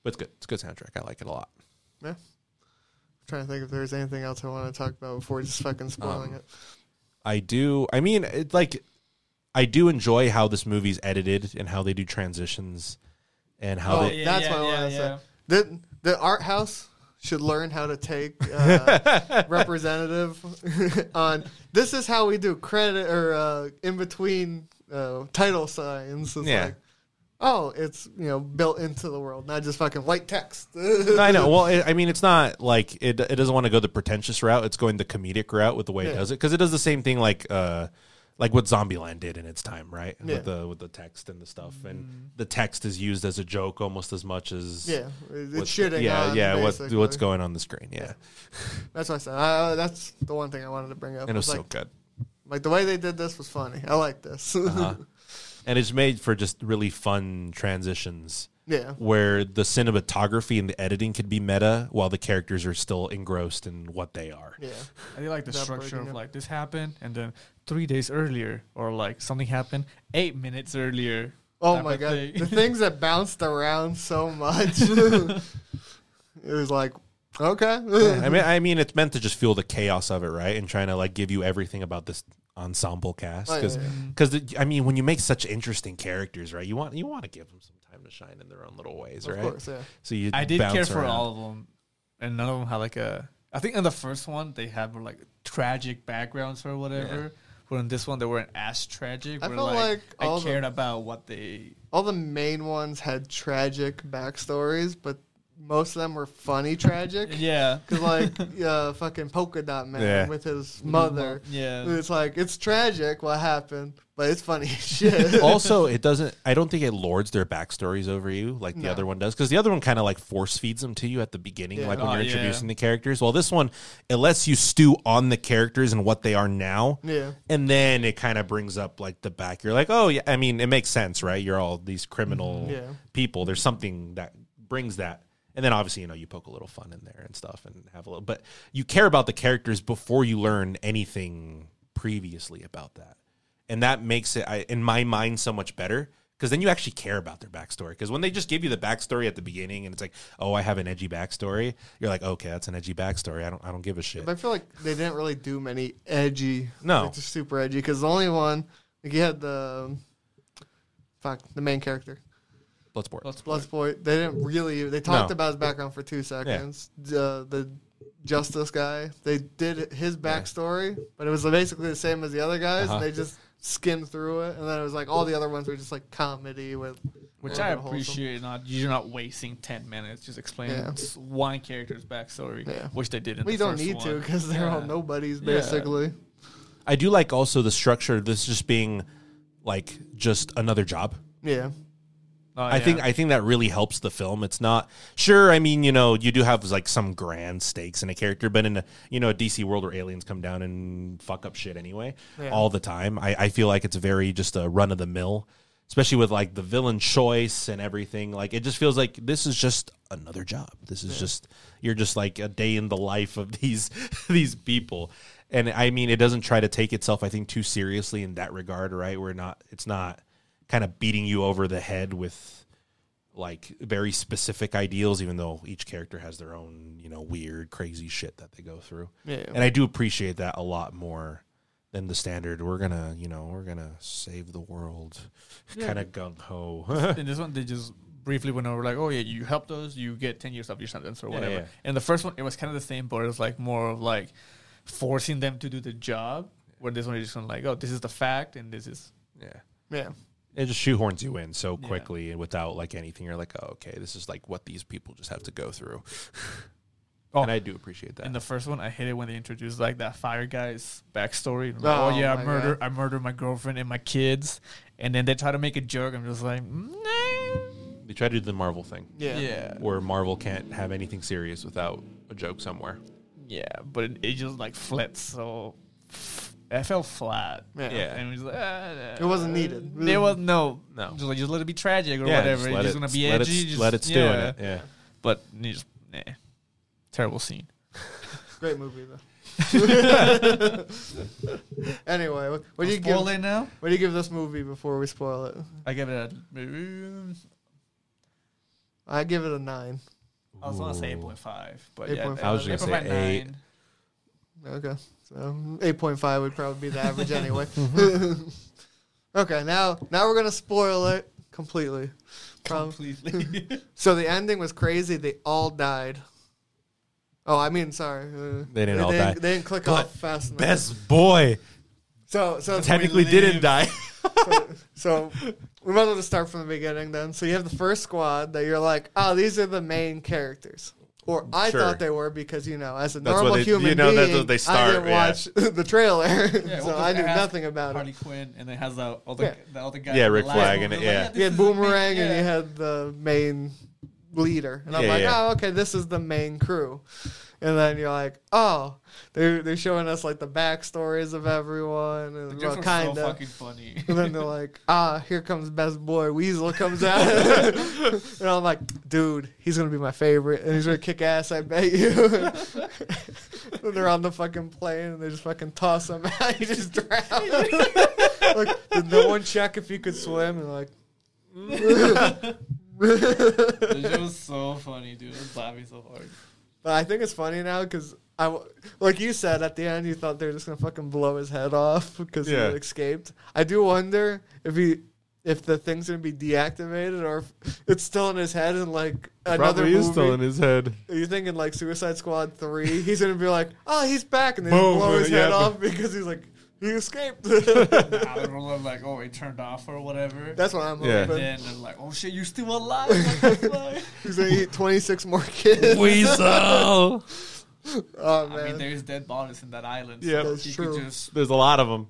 but it's good. It's a good soundtrack. I like it a lot.
trying to think if there's anything else I want to talk about before just fucking spoiling
Um,
it.
I do. I mean, it, like, I do enjoy how this movie's edited and how they do transitions and how
Oh,
they.
yeah, that's what I wanna say. The the art house should learn how to take uh, representative on. This is how we do credit or uh, in between uh, title signs. It's
Yeah.
like, oh, it's you know built into the world, not just fucking white text.
I know. Well, it, I mean, it's not like it. It doesn't want to go the pretentious route. It's going the comedic route with the way it
Yeah.
does it because it does the same thing like uh, like what Zombieland did in its time, right?
Yeah.
With the with the text and the stuff, and the text is used as a joke almost as much as
yeah, it-
what's-
it's shitting.
Yeah,
on,
yeah. What,
basically.
what's going on the screen? Yeah,
That's what I said. I, I- that's the one thing I wanted to bring up.
and it was
like,
so good.
like the way they did this was funny. I like this.
Uh-huh. and it's made for just really fun transitions
yeah,
where the cinematography and the editing could be meta while the characters are still engrossed in what they are.
yeah.
I like the
Without
structure
breaking
of
it.
like this happened and then three days earlier or like something happened eight minutes earlier.
Oh
type
my
of
god,
thing.
the things that bounced around so much. it was like, okay,
I mean, I mean, it's meant to just feel the chaos of it, right? And trying to like give you everything about this ensemble cast,
Oh,
because
yeah,
I mean, when you make such interesting characters, right? You want you want to give them some time to shine in their own little ways,
of
right?
course, yeah.
So you,
I did
bounce
care for
around.
all of them, and none of them had like a. I think in the first one they had were, like tragic backgrounds or whatever. Where in this one they weren't as tragic.
I
where,
felt
like,
like all
I
the-
cared about what they.
All the main ones had tragic backstories, but most of them were funny tragic.
Yeah.
Cause like uh, fucking polka dot man
Yeah.
with his mother.
Mm-hmm. Yeah.
It's like it's tragic what happened, but it's funny as shit.
also, it doesn't. I don't think it lords their backstories over you like the
No.
other one does, because the other one kind of like force feeds them to you at the beginning,
Yeah.
like when
Oh,
you're
yeah.
introducing the characters. While this one, it lets you stew on the characters and what they are now,
yeah,
and then it kind of brings up like the back. You're like, oh yeah, I mean, it makes sense, right? You're all these criminal
Yeah.
people. There's something that brings that. And then obviously, you know, you poke a little fun in there and stuff and have a little, but you care about the characters before you learn anything previously about that. And that makes it, I, in my mind, so much better because then you actually care about their backstory. Because when they just give you the backstory at the beginning and it's like, oh, I have an edgy backstory, you're like, okay, that's an edgy backstory. I don't, I don't give a shit.
but I feel like they didn't really do many edgy.
No.
like, just super edgy. Because the only one like you had the um, fuck the main character.
Bloodsport.
Let's play.
Bloodsport. They didn't really. They talked
No.
about his background for two seconds. Uh, the Justice guy. They did his backstory, but it was basically the same as the other guys.
Uh-huh.
And they just skimmed through it, and then it was like all the other ones were just like comedy with.
Which
Yeah.
I
Wholesome.
appreciate. Not you're not wasting ten minutes just explaining
Yeah.
s- one character's backstory,
Yeah.
which they did in
we
the
don't
first
need to
one.
because they're all
Yeah.
nobodies
Yeah.
basically.
I do like also the structure of this just being like just another job.
Yeah.
Oh,
I think
yeah.
I think that really helps the film. It's not sure, I mean, you know, you do have like some grand stakes in a character, but in a you know, a DC world where aliens come down and fuck up shit anyway
Yeah.
all the time. I, I feel like it's very just a run of the mill. Especially with like the villain choice and everything. Like it just feels like this is just another job. This is just you're just like a day in the life of these these people. And I mean it doesn't try to take itself, I think, too seriously in that regard, right? We're not it's not kind of beating you over the head with like very specific ideals, even though each character has their own, you know, weird, crazy shit that they go through.
Yeah.
And I do appreciate that a lot more than the standard. We're gonna, you know, we're gonna save the world kind of gung ho.
In this one, they just briefly went over like, oh yeah, you helped us, you get ten years of your sentence or
Yeah,
whatever.
yeah.
And the first one, it was kind of the same, but it was like more of like forcing them to do the job. Where this one is just kinda like, oh, this is the fact, and this is
yeah.
Yeah.
It just shoehorns you in so
Yeah.
quickly and without like anything. You're like, oh, okay, this is like what these people just have to go through.
Oh.
And I do appreciate that.
in the first one. I hated when they introduced like that fire guy's backstory. Like,
Oh,
oh, yeah, I
my
murder, I murdered my girlfriend and my kids, and then they try to make a joke. I'm just like, mm,
they try to do the Marvel thing
Yeah.
yeah,
where Marvel can't have anything serious without a joke somewhere.
yeah, but it, it just like flipped. So I felt flat.
Yeah.
Yeah.
And it was like, ah,
It wasn't needed.
There was no,
No.
Just, like, just let it be tragic or whatever. It's just gonna be
let
edgy.
It,
just,
let it stew
yeah.
in it. Yeah.
But you just nah, terrible scene.
Great movie though. anyway, what, what do you give? Mm-hmm.
Spoil it now?
What do you give this movie before we spoil it?
I give it a. mm,
I give it a nine.
I was gonna say eight point five, but yeah,
8.5.
I was just gonna say
8.59.
eight.
Okay. So eight point five would probably be the average anyway. okay, now now we're gonna spoil it completely. Prob-
completely.
so the ending was crazy. They all died. Oh, I mean, sorry. uh,
They didn't all die.
They didn't click
But
off fast enough.
Best boy
So so
technically didn't die.
so we might as well just start from the beginning then. So you have the first squad that you're like, oh, these are the main characters. Or I
Sure.
thought they were because you know, as a
That's what
normal
they-
human
you know,
being,
that's what they
I
start,
didn't
yeah.
watch the trailer, so I knew nothing about
Harley
it.
Quinn, and it has the other
Yeah.
the other guy.
Yeah,
from the
Rick
last
Flag
movie,
in
like,
it, yeah.
this
You
is
had
the main-
Boomerang and
yeah.
you had the main leader, and I'm
Yeah,
like,
yeah.
oh, okay, this is the main crew. And then you're like, oh, they're they're showing us like the backstories of everyone, and
Jokes
well,
were
kind
so
of.
fucking funny.
And then they're like, ah, here comes best boy. Weasel comes out. and I'm like, dude, he's going to be my favorite. And he's going to kick ass, I bet you. and they're on the fucking plane and they just fucking toss him out. he just drowns. like, did no one check if you could swim? And like,
the shit was so funny, dude. I was laughing so hard.
but I think it's funny now because. I, w- like you said at the end, you thought they were just gonna fucking blow his head off because
Yeah.
he escaped. I do wonder if he, if the thing's gonna be deactivated or if it's still in his head and like another
Probably
movie.
is still in his head.
Are you thinking like Suicide Squad three? He's gonna be like, oh, he's back, and then
Boom,
blow his
yeah.
head off because he's like, he escaped.
I don't know, like, oh, it turned off or whatever.
That's what I'm
Yeah.
hoping.
and then they're like, oh shit, you're still alive. What the fuck?
He's gonna eat 26 more kids.
Weasel.
oh man,
I mean, there's dead bodies in that island.
Yeah.
so
That's
he
true.
could just
There's a lot of them.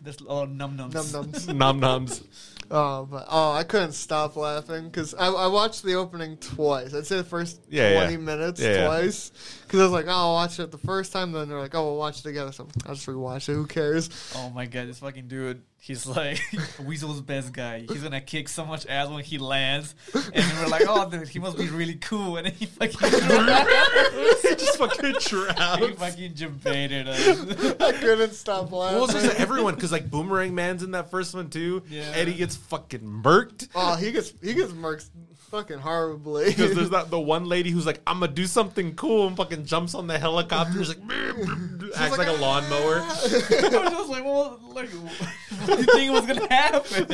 there's oh num nums.
num nums.
Nom noms.
Oh, but oh, I couldn't stop laughing because I, I watched the opening twice. I'd say the first
Yeah, yeah.
twenty minutes
Yeah, yeah.
twice because I was like, oh, I'll watch it the first time. Then they're like, oh, we'll watch it together. So I will just rewatch it. Who cares?
Oh my god, this fucking dude. He's like Weasel's best guy. He's gonna kick so much ass when he lands. And we're like, oh, dude, he must be really cool. And then he fucking
Just fucking
he
drowned.
fucking jumbated us.
I couldn't stop laughing.
Well, it's just everyone because like Boomerang Man's in that first one too.
Yeah.
Eddie gets fucking murked
oh, he gets he gets murked fucking horribly.
because there's that the one lady who's like, "I'm gonna do something cool" and fucking jumps on the helicopter, is like brr, brr, brr, acts like, "Ah!"
like,
a lawnmower.
I was just like, well, like, what do you think was gonna happen?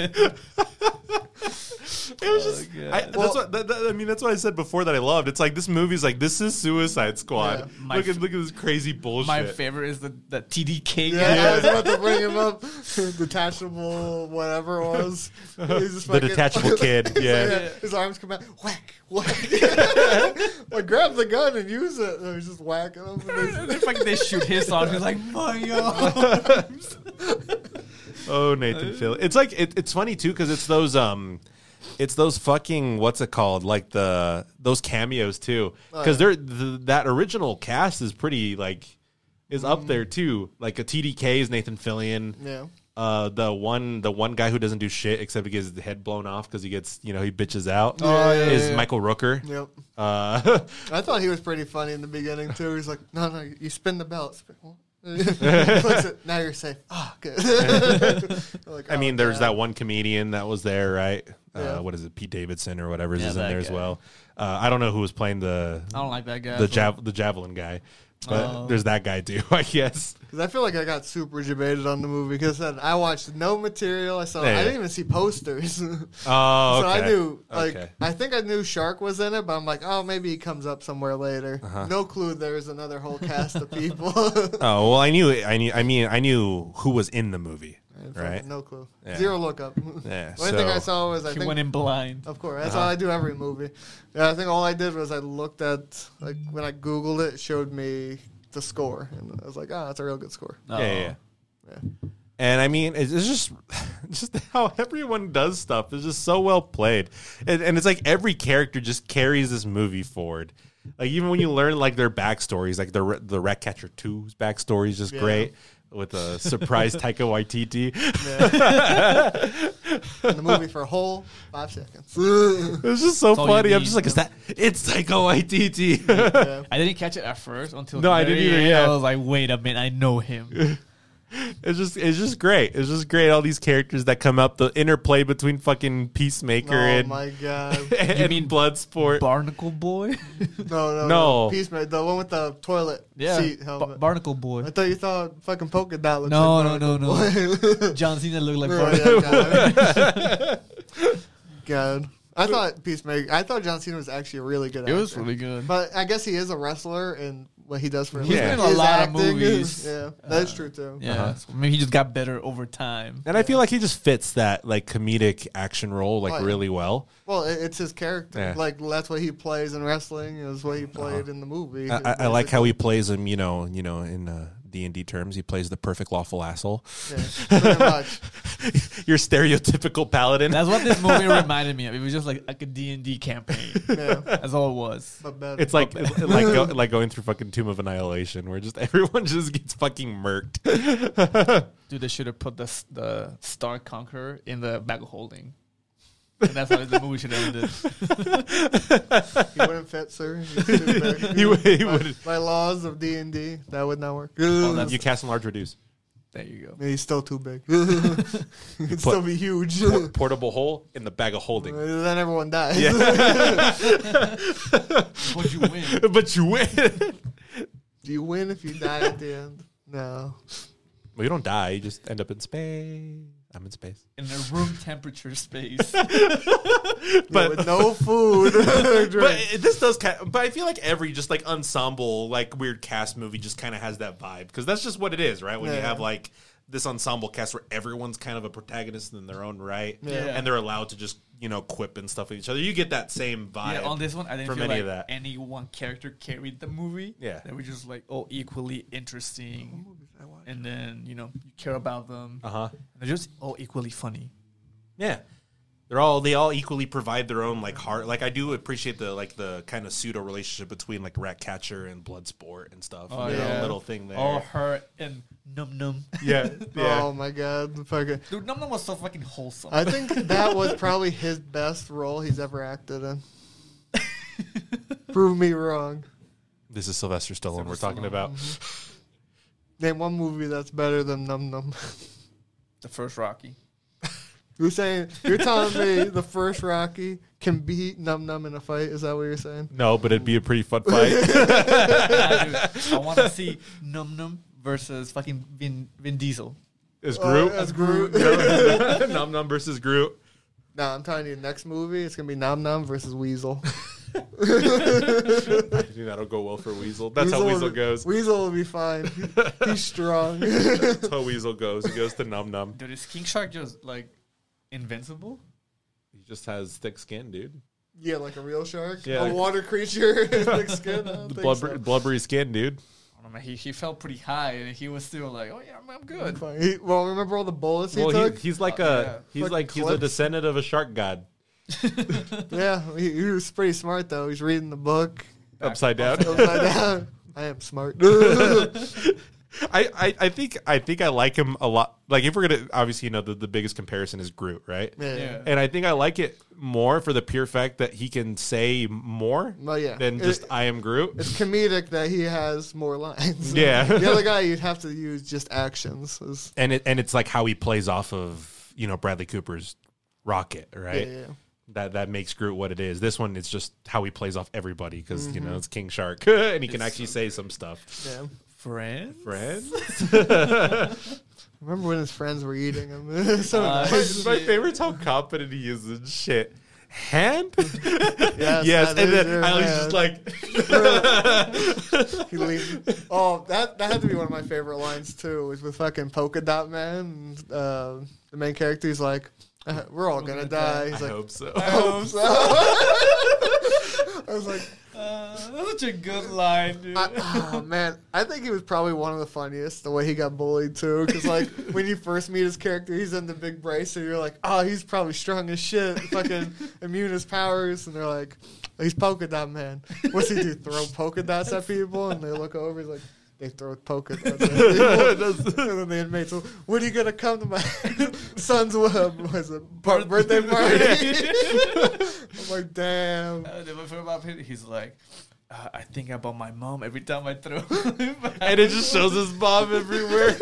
It was just.
God.
I, that's
Well-
what, that, that- I mean, that's what I said before that I loved. It's like this movie's like this is Suicide Squad.
Yeah.
My
look at
f-
look at this crazy bullshit.
My favorite is the, the TDK
Yeah,
guy.
I was about to bring him up. detachable, whatever it was. He's just
The detachable kid,
He's like,
yeah.
his arms come out. Whack, whack. like, grab the gun and use it. And he's just whacking him. And
They
he's-
fucking they shoot his on. He's like, Mario.
Oh, Nathan Phil. It's like it, it's funny too because it's those um, it's those fucking what's it called? Like the those cameos too because they're th that original cast is pretty like is up there too. Like a TDK is Nathan Fillion.
yeah.
Uh, the one the one guy who doesn't do shit except he gets his head blown off because he gets you know he bitches out.
Oh, yeah,
is
yeah, yeah.
Michael Rooker.
Yep.
Uh,
I thought he was pretty funny in the beginning, too. He's like, no, no, you spin the belt. Spin- what? Clicks it. Now you're safe. Oh, good. Like,
I
oh,
mean, there's
God.
that one comedian that was there, right?
Yeah.
Uh, what is it, Pete Davidson or whatever is
Yeah,
in there
that
as
guy. Oh,
well. Uh, I don't know who was playing the
I don't like that guy.
the jav- the javelin guy, but
Oh.
there's that guy too, I guess.
Because I feel like I got super debated on the movie because I watched no material. I saw.
Yeah,
I
yeah.
didn't even see posters.
Oh,
So I
okay.
knew, like,
Okay.
I think I knew Shark was in it, but I'm like, oh, maybe he comes up somewhere later.
Uh-huh.
No clue there's another whole cast of people.
Oh well, I knew. I knew. I mean, I knew who was in the movie, right?
No clue.
Yeah.
Zero lookup.
Yeah,
The only thing I
so- Uh-huh.
saw was I
he
think.
went in blind.
Of course, that's all I do every movie. Yeah, I think all I did was I looked at like when I googled it, it showed me the score, and I was like, ah, that's a real good score.
Yeah, yeah, yeah.
Yeah.
And I mean, it's it's just just how everyone does stuff is just so well played, and, and it's like every character just carries this movie forward. Like even when you learn like their backstories, like the the Ratcatcher 2's backstory is just
Yeah.
great with a surprise Taika Waititi.
And the movie for a whole five seconds.
It's just so
all you
funny. I'm
need.
just like, is that it's Taika Waititi?
I didn't catch it at first until
No, I
very
didn't either,
end.
yeah.
I was like, wait a minute, I know him.
It's just it's just great. It's just great. All these characters that come up, the interplay between fucking Peacemaker
oh
and,
my god.
and
You mean
Bloodsport.
Barnacle boy.
No, no,
No.
no. Peacemaker, the one with the toilet seat helmet.
Barnacle boy.
I thought you thought fucking polka dot looked
No,
like
no,
Barnacle Boy.
John Cena looked like
Oh,
Barnacle.
yeah, God. God. I thought Peacemaker. I thought John Cena was actually a really good.
It was
actor.
really good.
But I guess he is a wrestler, and what he does for
He's
been in
a
his
lot of
acting is-
movies.
yeah, that's true too.
yeah,
Uh-huh.
so maybe he just got better over time.
And I feel like he just fits that like comedic action role like
Oh, yeah.
really well.
Well, it, it's his character.
Yeah.
Like that's what he plays in wrestling. Is what he played in the movie.
Uh-huh. I, I, I like how he plays him. You know, you know, in uh, D and D terms, he plays the perfect lawful asshole.
Yeah, pretty much.
Your stereotypical paladin.
That's what this movie reminded me of. It was just like, like a D&D campaign.
Yeah,
That's all it was.
but better.
It's like it's like go, like going through fucking Tomb of Annihilation, where just everyone just gets fucking murked.
Dude, they should have put the, s- the Star Conqueror in the bag of holding. And that's how the movie should have ended.
he wouldn't fit, sir. He's too big.
He would- he
By-
would- Oh,
By laws of D and D, that would not work.
that's-
you cast and large reduce.
There you go.
He's still too big. He'd still be huge.
Por- portable hole in the bag of holding.
then everyone dies.
But you win.
but you win.
Do you win if you die at the end? No.
well, you don't die. You just end up in space. I'm in space.
in a room temperature space.
But
But-
with no food. or
But
drink.
it- this does kind but I feel like every just like ensemble, like weird cast movie just kind of has that vibe because that's just what it is, right? When you
Yeah.
have like this ensemble cast where everyone's kind of a protagonist in their own right
Yeah.
and they're allowed to just, you know, quip and stuff with each other. You get that same vibe.
yeah, on this one, I didn't
From
feel
any
like
of that.
any one character carried the movie.
Yeah.
they were just like all equally interesting, and then you know you care about them.
uh-huh.
They're just all equally funny.
Yeah. They're all they all equally provide their own like heart. Like I do appreciate the like the kind of pseudo relationship between like Ratcatcher and Bloodsport and stuff.
Oh,
and their own
yeah.
little thing there.
All her and Num Num.
yeah.
Oh my god. Fucking.
Dude, Num Num was so fucking wholesome.
Uh.
I think that was probably his best role he's ever acted in. Prove me wrong.
This is Sylvester Stallone we're
Sylvester
talking
Stallone.
about.
Name one movie that's better than Num Num.
the first Rocky.
You're saying you're telling me the first Rocky can beat Num Num in a fight? Is that what you're saying?
No, but it'd be a pretty fun fight.
Nah, dude, I want to see Num Num versus fucking Vin, Vin Diesel.
Is
Oh,
Groot?
that's Groot.
Nom Nom versus Groot.
No, I'm telling you, next movie it's gonna be Nom Nom versus Weasel.
I think that'll go well for Weasel. That's how
will
Weasel
be-
goes.
Weasel will be fine. He's strong.
That's how Weasel goes. He goes to Nom Nom.
Dude, is King Shark just like invincible?
He just has thick skin, dude.
yeah, like a real shark,
Yeah,
a
like-
water creature, thick skin. I don't think
Blubber,
so.
Blubbery skin, dude.
I don't know. He, he felt pretty high, and he was still like, "Oh yeah, I'm, I'm good."
Fine. He, well, remember all the bullets he
well,
took?
he, he's like
Uh,
a
yeah.
he's
Oh, Fucking
like he's a
clips.
descendant of a shark god.
yeah, he, he was pretty smart though. He's reading the book.
Upside down.
Upside down. I am smart. yeah,
I, I, I think I think I like him a lot. Like if we're gonna obviously you know the, the biggest comparison is Groot, right?
Yeah.
And I think I like it more for the pure fact that he can say more
Well, yeah.
than
It-
just I am Groot.
It's comedic that he has more lines.
Yeah.
the other guy you'd have to use just actions. It's-
and it and it's like how he plays off of you know Bradley Cooper's rocket, right?
Yeah, yeah.
That that makes Groot what it is. This one it's just how he plays off everybody because you
Mm-hmm.
know it's King Shark and he can actually say some stuff.
yeah.
Friends.
Friends,
Remember when his friends were eating him? so
Uh,
nice.
my, my favorite's how confident he is in shit. Hand,
Yes,
yes,
that
and
is
then
your
Ali's
man.
just like,
He leaves. Oh, that that had to be one of my favorite lines too. Was with fucking Polka Dot Man. and, Uh, the main character, he's like, uh, "We're all gonna,
gonna
die."
die.
I
He's like,
hope so.
"Hope so." I was like,
Uh, that's such a good line, dude.
I, oh man, I think he was probably one of the funniest. The way he got bullied too, because like when you first meet his character, he's in the big brace, so you're like, oh, he's probably strong as shit, fucking immune as powers, and they're like, he's polka dot man. What's he do? Throw polka dots at people, and they look over, he's like. They throw polka dots at people. and then the inmates, will, when are you gonna come to my son's uh, was it, bar- birthday party? I'm like, damn.
Uh, the one about him, he's like, uh, I think about my mom every time I throw.
and it just shows his mom everywhere.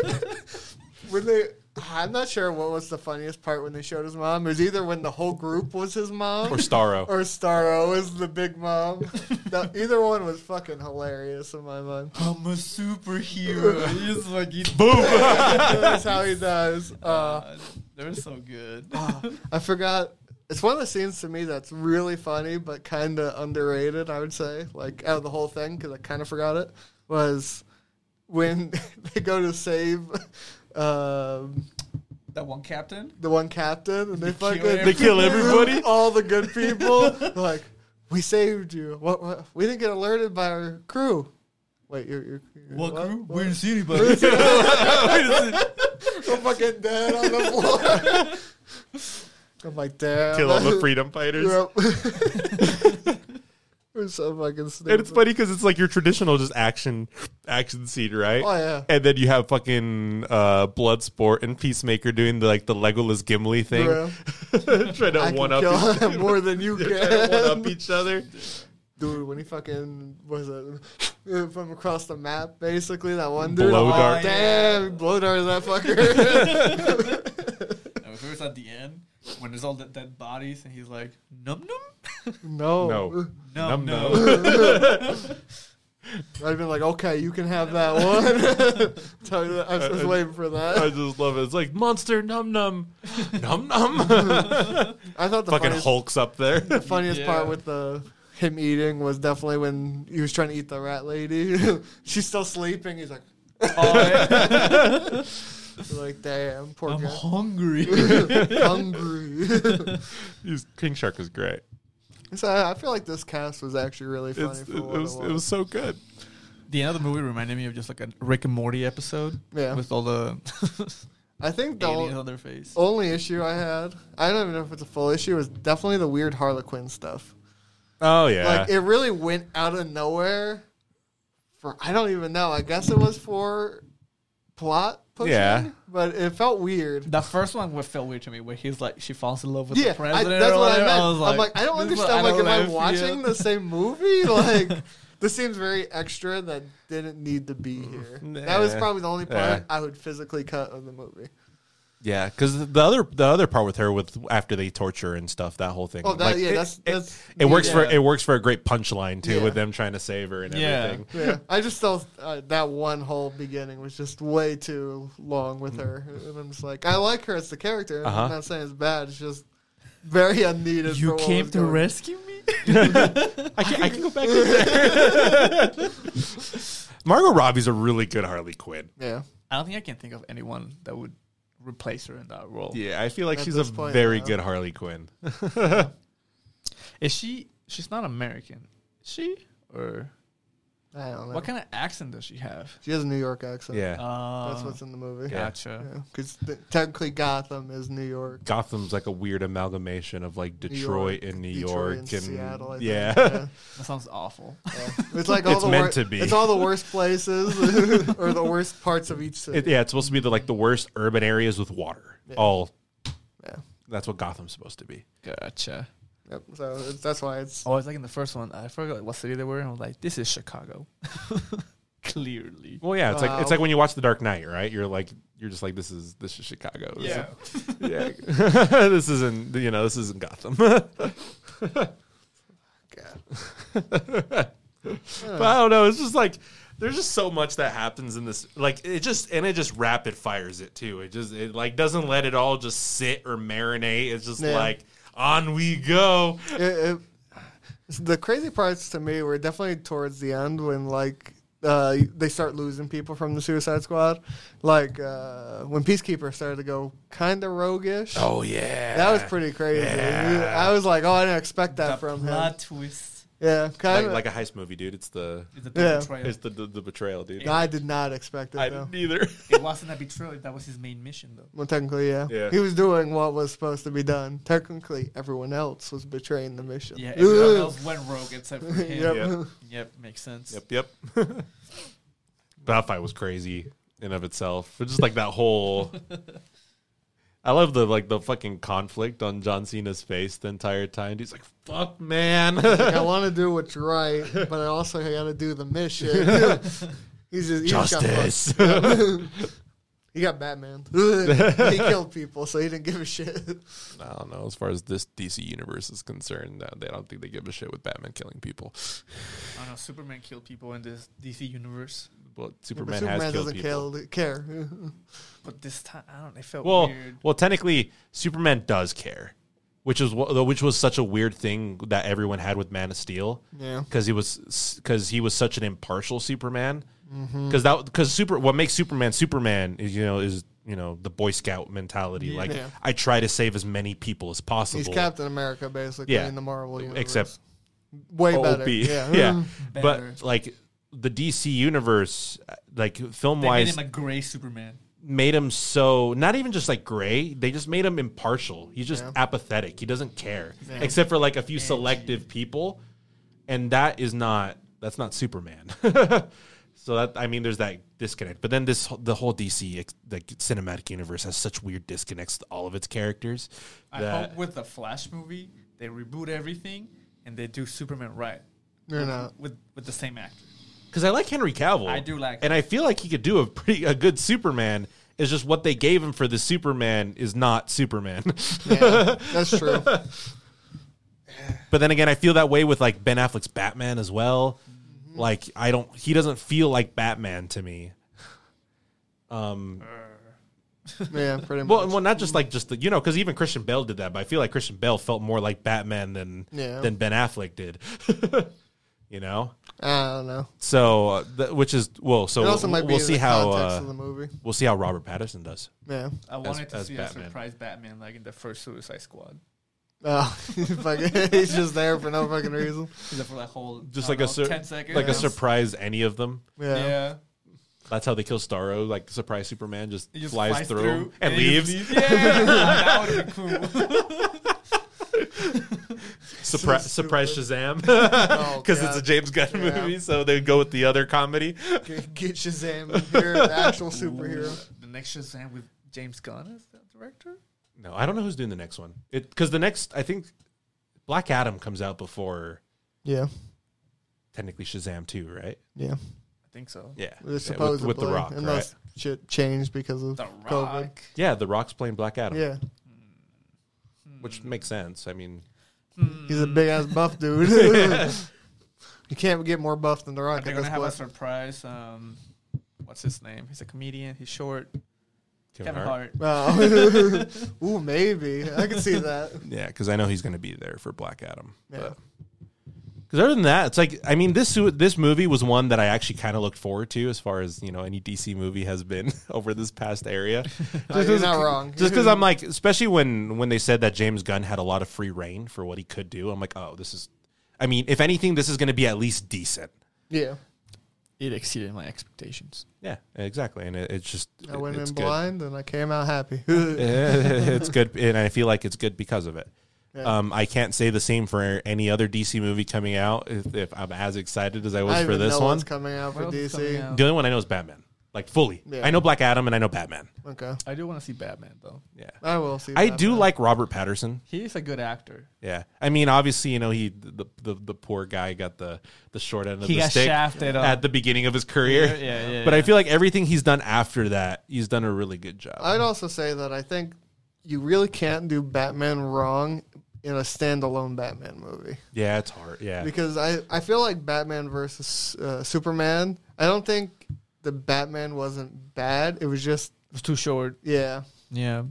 when they I'm not sure what was the funniest part when they showed his mom. It was either when the whole group was his mom
or Starro.
or Starro was the big mom. The- either one was fucking hilarious in my mind.
I'm a superhero. He's fucking
Boom.
That's how he does. Uh, Ah.
Uh, they're so good.
I forgot It's one of the scenes to me that's really funny, but kind of underrated. I would say, like out of the whole thing, because I kind of forgot it was when they go to save um,
That one captain.
the one captain, and they
kill
fucking
every- They
kill everybody?
all the good people. They're like, we saved you. What, what? We didn't get alerted by our crew. Wait, your your
What
what?
crew?
What?
We didn't see anybody.
I'm fucking dead on the floor. I'm like, damn.
Kill all the freedom fighters.
Yep. We're so fucking stupid.
And it's funny because it's like your traditional just action action scene, right?
Oh, yeah.
And then you have fucking uh, Bloodsport and Peacemaker doing the, like the Legolas Gimli thing,
Bro,
trying to
I
one
can
up,
kill
each-
him more than you
trying to
can.
one up each other.
Dude, when he fucking was it from across the map, basically that one dude.
Blow
oh,
dart.
Damn, blow dart that fucker.
No, first at the end, when there's all the dead bodies, and he's like, "Num num."
no,
No.
No,
Num
no.
I'd been like, okay, you can have that one. Tell you that I was just
Uh, uh,
waiting for that.
I just love it. It's like monster num num, num num.
I thought the
fucking
funniest,
Hulk's up there.
the funniest part
Yeah.
with the him eating was definitely when he was trying to eat the rat lady. She's still sleeping. He's like,
Oh,
like damn, poor
I'm
guy,
hungry.
hungry.
He's- King Shark was great.
so I I feel like this cast was actually really funny.
It's,
for
it, it
what
was it was so good.
the end of the movie reminded me of just like a Rick and Morty episode
Yeah,
with all the
I think the
aliens
o-
on their face.
only issue I had, I don't even know if it's a full issue, was definitely the weird Harlequin stuff.
Oh yeah,
Like it really went out of nowhere. For I don't even know. I guess it was for plot pushing,
Yeah.
but it felt weird.
That first one wa- felt weird to me, where he's like, she falls in love with
Yeah,
the
I,
president.
that's
or
what I
whatever.
meant.
was
I'm like, I don't
this is
understand.
what
Like, am I
don't feel.
watching the same movie? Like, this seems very extra that didn't need to be here. That was
Nah.
probably the only part
Yeah.
I would physically cut of the movie.
yeah. Because the other the other part with her with after they torture and stuff, that whole thing.
Oh, that,
Like,
yeah,
it-
that's
it-
that's.
It works for
Yeah.
it works for a great punchline too,
Yeah.
with them trying to save her and
Yeah.
everything.
yeah, I just thought uh, that one whole beginning was just way too long with her, and I'm just like, I like her as the character.
Uh-huh.
I'm not saying it's bad. It's just very unneeded. for
You
what
came
was
to
going-
rescue me.
I can, I can go back in there. Margot Robbie's a really good Harley Quinn.
Yeah,
I don't think I can think of anyone that would replace her in that role.
Yeah, I feel like
At
she's a
this point,
very
yeah.
good Harley Quinn.
Is she? She's not American. Is she or
I don't know.
what kind of accent does she have?
she has a New York accent.
Yeah,
Uh,
that's what's in the movie.
gotcha.
Because technically Gotham is New York.
Gotham's like a weird amalgamation of like
York,
Detroit and New
Detroit
York
and
and,
Seattle, I think,
yeah.
yeah.
That sounds awful.
It's like all
It's
the
meant
wor-
to be.
It's all the worst places or the worst parts of each city.
It- yeah, it's supposed to be the like the worst urban areas with water. All
yeah.
that's what Gotham's supposed to be.
Gotcha.
Yep. So it's, that's why it's.
Oh, it's like in the first one. I forgot what city they were. And I was like, this is Chicago. Clearly.
Well, yeah, it's like it's
Wow.
like when you watch The Dark Knight, right? You're like you're just like this is this is Chicago. This
Yeah.
is- yeah. this isn't you know this isn't Gotham.
God.
But I don't know. It's just like there's just so much that happens in this. Like it just and it just rapid fires it too. It just it like doesn't let it all just sit or marinate. It's just
Yeah.
like on we go.
It, it- the crazy parts to me were definitely towards the end when like. Uh, they start losing people from the Suicide Squad, like uh, when Peacekeeper started to go kind of roguish.
Oh yeah,
that was pretty crazy.
Yeah.
I was like, oh, I didn't expect that from him.
plot twist.
Yeah,
like,
kind of.
like a heist movie, dude. It's the
It's a
Yeah.
betrayal.
it's the the, the betrayal, dude.
I did not expect it
I
though.
didn't either.
it wasn't a betrayal. That was his main mission, though.
Well, technically, yeah.
Yeah.
He was doing what was supposed to be done. Technically, everyone else was betraying the mission.
Yeah,
Ugh.
everyone else went rogue except for him.
Yep.
Yeah.
Yep, makes sense.
Yep, yep. but that fight was crazy in of itself. It's just like that whole. I love the like the fucking conflict on John Cena's face the entire time. He's like, "Fuck, man."
Like, I want to do what's right, but I also got to do the mission. he's just, he just got fucked.
Justice.
He got Batman. he killed people, so he didn't give a shit.
I don't know. As far as this DC universe is concerned, uh, they don't think they give a shit with Batman killing people.
I know Superman killed people in this DC universe,
Well,
But
Superman,
Superman
has killed
doesn't
people.
kill, care.
but this time I don't. It felt
well,
weird.
well, technically, Superman does care. which is wha- which was such a weird thing that everyone had with Man of Steel
Yeah.
because he was because he was such an impartial Superman.
Mm-hmm.
Because that because super what makes Superman Superman is you know is you know the Boy Scout mentality. Like
Yeah.
I try to save as many people as possible.
He's Captain America basically
Yeah.
in the Marvel universe.
except
way better.
OP.
Yeah. Mm.
Better.
But like the DC universe, uh, like film
They made
wise,
him a gray Superman.
made him so not even just like gray. They just made him impartial. He's just apathetic. He doesn't care, except for like a few selective people, and that is not that's not Superman. so that I mean, there's that disconnect. But then this whole- the whole DC ex- like cinematic universe has such weird disconnects to all of its characters.
I
that-
hope with the Flash movie they reboot everything and they do Superman right
They're not.
with with the same actor.
because I like Henry Cavill.
I do like
and I feel like he could do a pretty a good Superman. It's just what they gave him for the Superman is not Superman.
Yeah, that's true.
but then again, I feel that way with like Ben Affleck's Batman as well. Like I don't, he doesn't feel like Batman to me. Um,
Yeah, pretty much.
well, well, not just like just the you know because even Christian Bale did that, but I feel like Christian Bale felt more like Batman than
Yeah.
than Ben Affleck did. you know,
I don't know.
so uh, th- which is well, so
It also
we'll,
might be
we'll
in
see
the
how
context
uh,
of the movie.
we'll see how Robert Patterson does.
Yeah.
I wanted to
as
see
Batman.
a surprise Batman like in the first Suicide Squad.
Oh, fucking, he's just there for no fucking reason.
Except for that whole
Just
I don't
like a
know,
sur-
ten seconds,
like a
Yeah.
surprise any of them.
Yeah.
Yeah,
That's how they kill Starro. Like surprise Superman just,
He just
flies, through, and
he
leaves.
just Yeah, that would be cool.
Surprise,
So
surprise Shazam
Oh,
because it's a James Gunn
Yeah.
movie. So they go with the other comedy.
God. Get- Get Shazam in here, the actual superhero.
The next Shazam with James Gunn as the director.
No, I don't know who's doing the next one. It because the next I think Black Adam comes out before
Yeah.
technically Shazam too, right?
Yeah.
I think so.
Yeah, Yeah,
It's
with-
supposedly.
with, the Rock,
Unless
right?
shit changed because of
The
COVID.
Rock.
Yeah, the Rock's playing Black Adam,
Yeah.
which makes sense. I mean,
He's a big ass buff dude. you can't get more buff than the Rock.
They're
at this
gonna have a
point.
surprise. Um, what's his name? He's a comedian. He's short.
Kevin,
Kevin
Hart.
Hart.
Wow. Oh. Ooh, maybe I can see that.
Yeah, because I know he's going to be there for Black Adam.
Yeah.
Because other than that, it's like I mean this su- this movie was one that I actually kind of looked forward to as far as you know any DC movie has been over this past area.
Oh, you're not wrong.
Just because I'm like, especially when when they said that James Gunn had a lot of free reign for what he could do, I'm like, oh, this is. I mean, if anything, this is going to be at least decent.
yeah,
It exceeded my expectations.
Yeah, exactly, and it, it's just
I went in
it's good.
blind and I came out happy.
it's good, and I feel like it's good because of it.
Yeah.
Um, I can't say the same for any other DC movie coming out. If, if I'm as excited as I was
I
for
even
this
know
one,
what's coming out for
What else is coming
DC.
out?
the only one I know is Batman, like fully.
Yeah.
I know Black Adam and I know Batman.
Okay,
I do want to see Batman though.
Yeah,
I will see.
I
that,
do
man.
like Robert Patterson.
He's a good actor.
Yeah, I mean, obviously, you know, he the the, the poor guy got the the short end of
He
the
got
stick
shafted on-
at the beginning of his career.
Yeah, yeah, yeah,
but I
yeah.
feel like everything he's done after that, he's done a really good job.
I'd also say that I think you really can't do Batman wrong in a standalone Batman movie.
yeah, it's hard. Yeah,
because I, I feel like Batman versus uh, Superman. I don't think the Batman wasn't bad. It was just
It was too short.
yeah.
Yeah.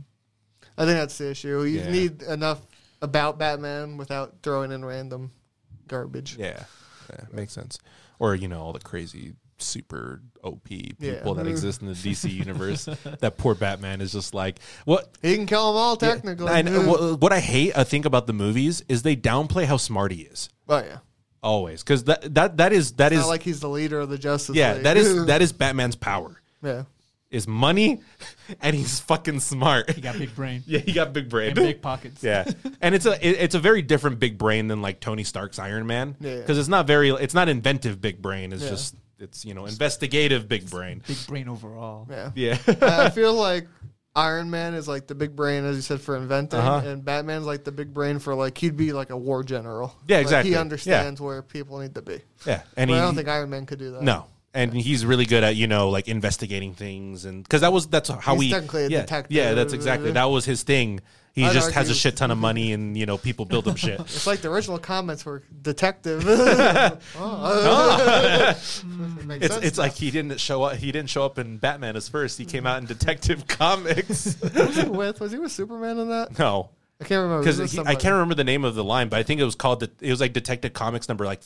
I think that's the issue. You
Yeah.
need enough about Batman without throwing in random garbage.
Yeah, yeah makes sense. Or you know all the crazy super OP people
Yeah.
that exist in the DC universe. that poor Batman is just like what.
He can kill them all technically.
I know- what, what I hate, I think about the movies is they downplay how smart he is
but yeah,
always because that that that is that is
not like he's the leader of the Justice
yeah
League.
that is that is Batman's power
yeah.
is money, and he's fucking smart.
He got big brain
yeah, he got big brain.
and big pockets.
Yeah, and it's a it- it's a very different big brain than like Tony Stark's Iron Man
Yeah.
because it's not very it's not inventive big brain. It's
Yeah.
just it's you know investigative big brain.
Big brain overall.
Yeah,
Yeah,
I I feel like Iron Man is like the big brain, as you said, for inventing,
Uh-huh.
and Batman's like the big brain for like he'd be like a war general.
Yeah,
Like,
exactly.
he
Yeah.
understands where people need to be.
yeah, and
But
he,
I don't think Iron Man could do that.
no, and he's really good at you know like investigating things and because that was that's how
He's
we
technically a
yeah
detective.
yeah that's exactly that was his thing. He
I'd
just has
argue-
a shit ton of money and you know people build him shit.
It's like the original comments were detective. oh, Makes
It's,
sense.
it's like he didn't show up. He didn't show up in Batman as first. He came out in Detective Comics.
Who was he with was he with Superman in that?
No,
I can't remember.
because
This is
I can't
somebody-
remember the name of the line, but I think it was called the, it was like Detective Comics number like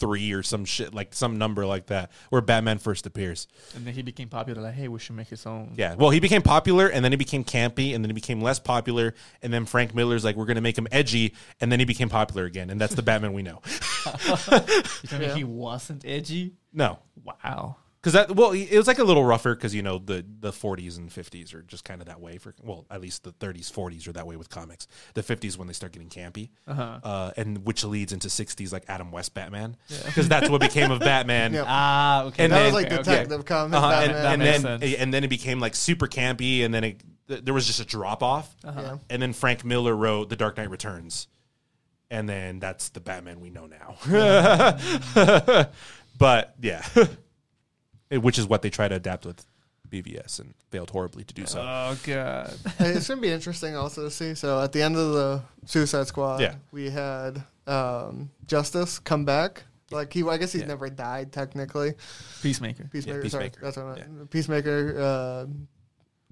three or some shit like some number like that where Batman first appears.
And then he became popular. Like, hey, we should make his own.
Yeah, well, he became popular and then he became campy and then he became less popular and then Frank Miller's like we're gonna make him edgy and then he became popular again and that's the Batman we know.
You tell me
Yeah.
he wasn't edgy?
No,
Wow.
because that well it was like a little rougher because you know the the 40s and 50s are just kind of that way for well at least the 30s 40s are that way with comics the 50s when they start getting campy uh and which leads into 60s like adam west batman because that's what became of batman
Yep.
Ah, okay.
And
That was
then-
like Detective Comics.
Uh-huh, and,
Batman.
and
That makes
then
sense.
and then it became like super campy and then it, th- there was just a drop off
Uh-huh.
Yeah.
and then frank miller wrote the dark knight returns and then that's the batman we know now but yeah It- which is what they try to adapt with BVS and failed horribly to do so.
Oh god.
Hey, it's gonna be interesting also to see. So at the end of the Suicide Squad,
Yeah.
we had um, Justice come back. Like he, I guess he's
Yeah.
never died technically.
Peacemaker.
Peacemaker, sorry,
Peacemaker.
that's what I meant. Peacemaker.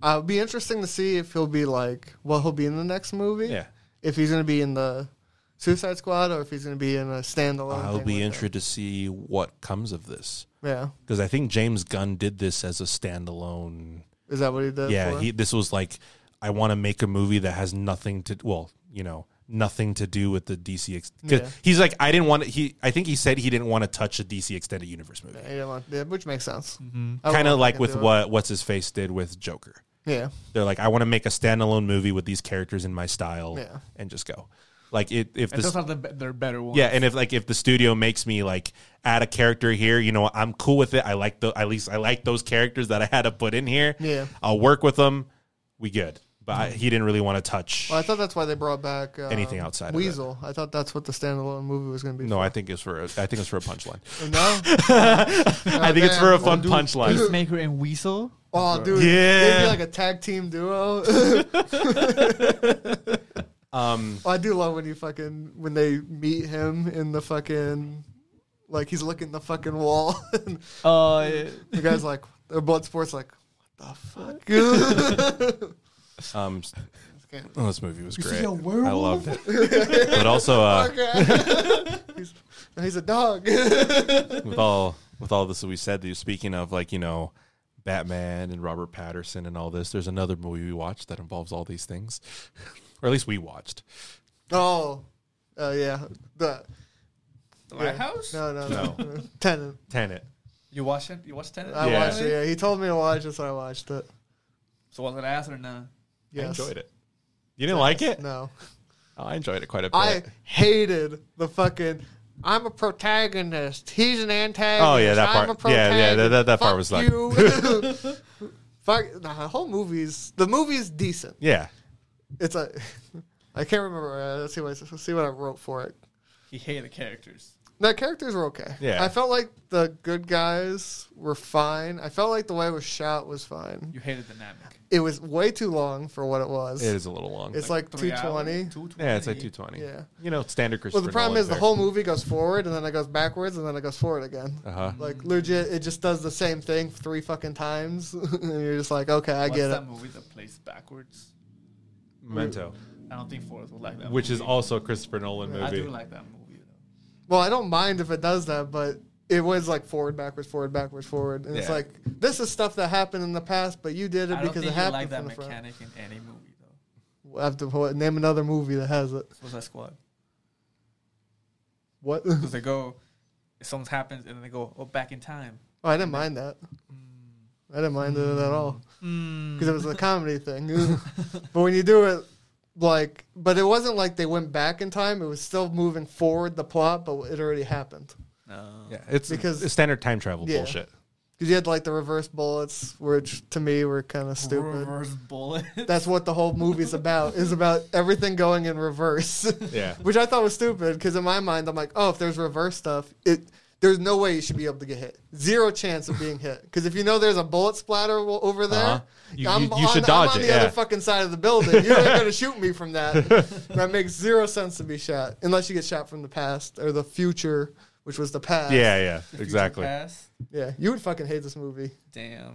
Uh, uh, it'll be interesting to see if he'll be like what he'll be in the next movie.
yeah.
If he's gonna be in the Suicide Squad or if he's gonna be in a standalone.
I'll
thing
be
with it.
interested to see what comes of this
Yeah,
because I think James Gunn did this as a standalone.
is that what he did?
yeah,
for?
he, this was like I want to make a movie that has nothing to well, you know, nothing to do with the DC. Ex- 'cause
Yeah.
He's like I didn't want to, he I think he said he didn't want to touch a DC extended universe movie.
Yeah, he didn't want, yeah, which makes sense. I
Kind of
wouldn't
Mm-hmm. like
fucking
with
do it.
what what's his face did with Joker.
Yeah,
They're like I want to make a standalone movie with these characters in my style
Yeah.
and just go. Like it, if
And
this,
those are the be- they're better ones.
yeah, and if like if the studio makes me like add a character here, you know, I'm cool with it. I like the at least I like those characters that I had to put in here.
Yeah.
I'll work with them. We good. But I, he didn't really want to touch.
well, I thought that's why they brought back um,
Anything outside of that.
Weasel. I thought that's what the standalone movie was gonna be.
No, I think it's for a, I think it's for a punchline.
for. no.
I think it's for
Oh,
a
man.
fun
Dude.
punchline.
Peacemaker and Weasel.
Oh, dude.
Yeah.
They'd be like a tag team duo. um,
Um,
Oh, I do love when you fucking, when they meet him in the fucking, like he's looking the fucking wall. and
Oh, yeah.
the guy's like, the blood sports like, what the fuck?
Um, oh, this movie was great.
a
I loved it. But also uh,
Okay. he's, he's a dog.
with all with all this that we said, speaking of like you know Batman and Robert Patterson and all this, there's another movie we watched that involves all these things, or at least we watched.
oh, oh yeah. The,
The
yeah.
Lighthouse?
No, no, no. Tenant.
Tenet.
You watch it? You watch Tenet?
I
Yeah.
watched it. Yeah, he told me to watch it, so I watched it.
So was it ass or not?
Yes.
I enjoyed it. You didn't like it?
No.
Oh, I enjoyed it quite a bit.
I hated the fucking. I'm a protagonist. He's an antagonist.
Oh, yeah, that
I'm
part-
a
yeah, yeah, that- that- that
protagonist.
part was like-
Fuck you. Fuck nah, the whole movie's the movie's decent.
yeah.
It's a. I can't remember. Uh, let's see what let's see what I wrote for it.
He hated the characters.
The characters were okay.
Yeah.
I felt like the good guys were fine. I felt like the way it was shot was fine.
You hated the dynamic.
It was way too long for what it was.
It is a little long.
It's like
Three
two
hours?
twenty.
220.
yeah, it's like 220.
Yeah.
You know, standard
Well,
Christopher
the problem
Nolan
is the
there.
whole movie goes forward and then it goes backwards and then it goes forward again.
Uh-huh.
Like legit, it just does the same thing three fucking times, and you're just like, okay, I
What's
get
that
it.
movie that plays backwards?
Memento,
I don't think Forrest would like that
which is
movie.
also a Christopher Nolan
I
movie.
do like that movie. Though.
Well, I don't mind if it does that, but it was like forward, backwards, forward, backwards, forward, and it's
Yeah.
like this is stuff that happened in the past, but you did it
I don't
because it
think you
happened
like that
from the front.
mechanic in any movie though.
We'll have to hold- name another movie that has it.
Suicide Squad.
What?
Because they go, if something happens and then they go, oh, back in time.
Oh, I didn't mind that. I didn't mind it at all because it was a comedy thing. but when you do it, like, but it wasn't like they went back in time. It was still moving forward the plot, but it already happened.
No.
yeah, it's
Because-
it's standard time travel
Yeah.
bullshit.
Because you had like the reverse bullets, which to me were kind of stupid.
Reverse bullet.
That's what the whole movie's about. Is about everything going in reverse.
Yeah.
which I thought was stupid because in my mind I'm like, oh, if there's reverse stuff, it there's no way you should be able to get hit. Zero chance of being hit because if you know there's a bullet splatter wo- over there,
Uh-huh. You-
I'm,
you- you
on,
should
I'm
dodge
on
it,
the other
yeah.
fucking side of the building. You're not gonna shoot me from that. that makes zero sense to be shot unless you get shot from the past or the future, which was the past.
Yeah, yeah,
Future
exactly.
Past.
yeah. You would fucking hate this movie.
Damn.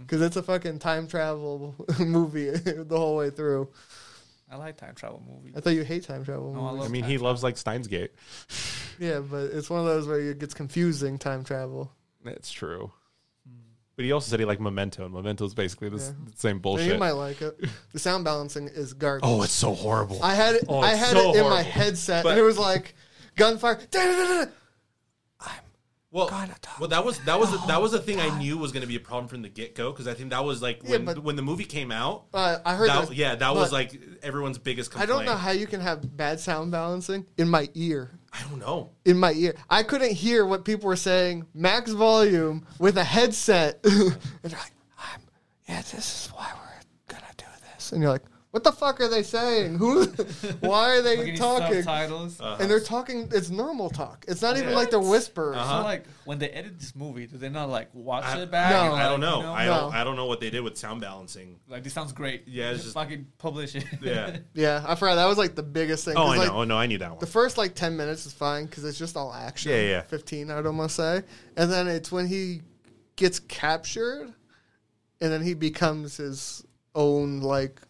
Because it's a fucking time travel movie the whole way through.
I like time travel movies.
I thought you hate time travel.
No, Oh, I
movies.
I
love
mean,
time
he
travel.
loves like Steins Gate.
yeah, but it's one of those where it gets confusing time travel.
That's true. But he also said he liked Memento, and Memento is basically the s-
Yeah.
the same
Yeah,
bullshit.
you might like it. The sound balancing is garbage.
oh, it's so horrible.
I had it.
Oh,
I
it's
had
so
it in my
horrible.
headset,
But-
and it was like gunfire. da-da-da-da-da.
Well, well, that was that was a, that was a thing I knew was going to be a problem from the get go because I think that was like
Yeah,
when
but-
when the movie came out.
Uh, I heard
That,
that.
yeah, that
but
was like everyone's biggest
I
complaint.
don't know how you can have bad sound balancing in my ear.
I don't know.
In my ear, I couldn't hear what people were saying. Max volume with a headset, and they're like, "I'm yeah, this is why we're gonna do this." And you're like, "What the fuck are they saying? Who? why are
Look at
they
these
talking?"
subtitles.
Uh,
And they're talking. It's normal talk. It's not even
Yeah.
like they're whispers.
So,
Uh-huh.
like when they edit this movie, do they not like watch
I,
it back?
No.
and,
I don't
like,
know.
you
I don't.
No.
I don't know what they did with sound balancing.
like this sounds great.
Yeah, it's just-
fucking publish it.
Yeah.
Yeah, I forgot. That was like the biggest thing.
oh,
'cause,
I
like,
know. Oh no, I knew that one.
The first like ten minutes is fine because it's just all action.
Yeah, yeah.
Fifteen, I'd almost say, and then it's when he gets captured, and then he becomes his own like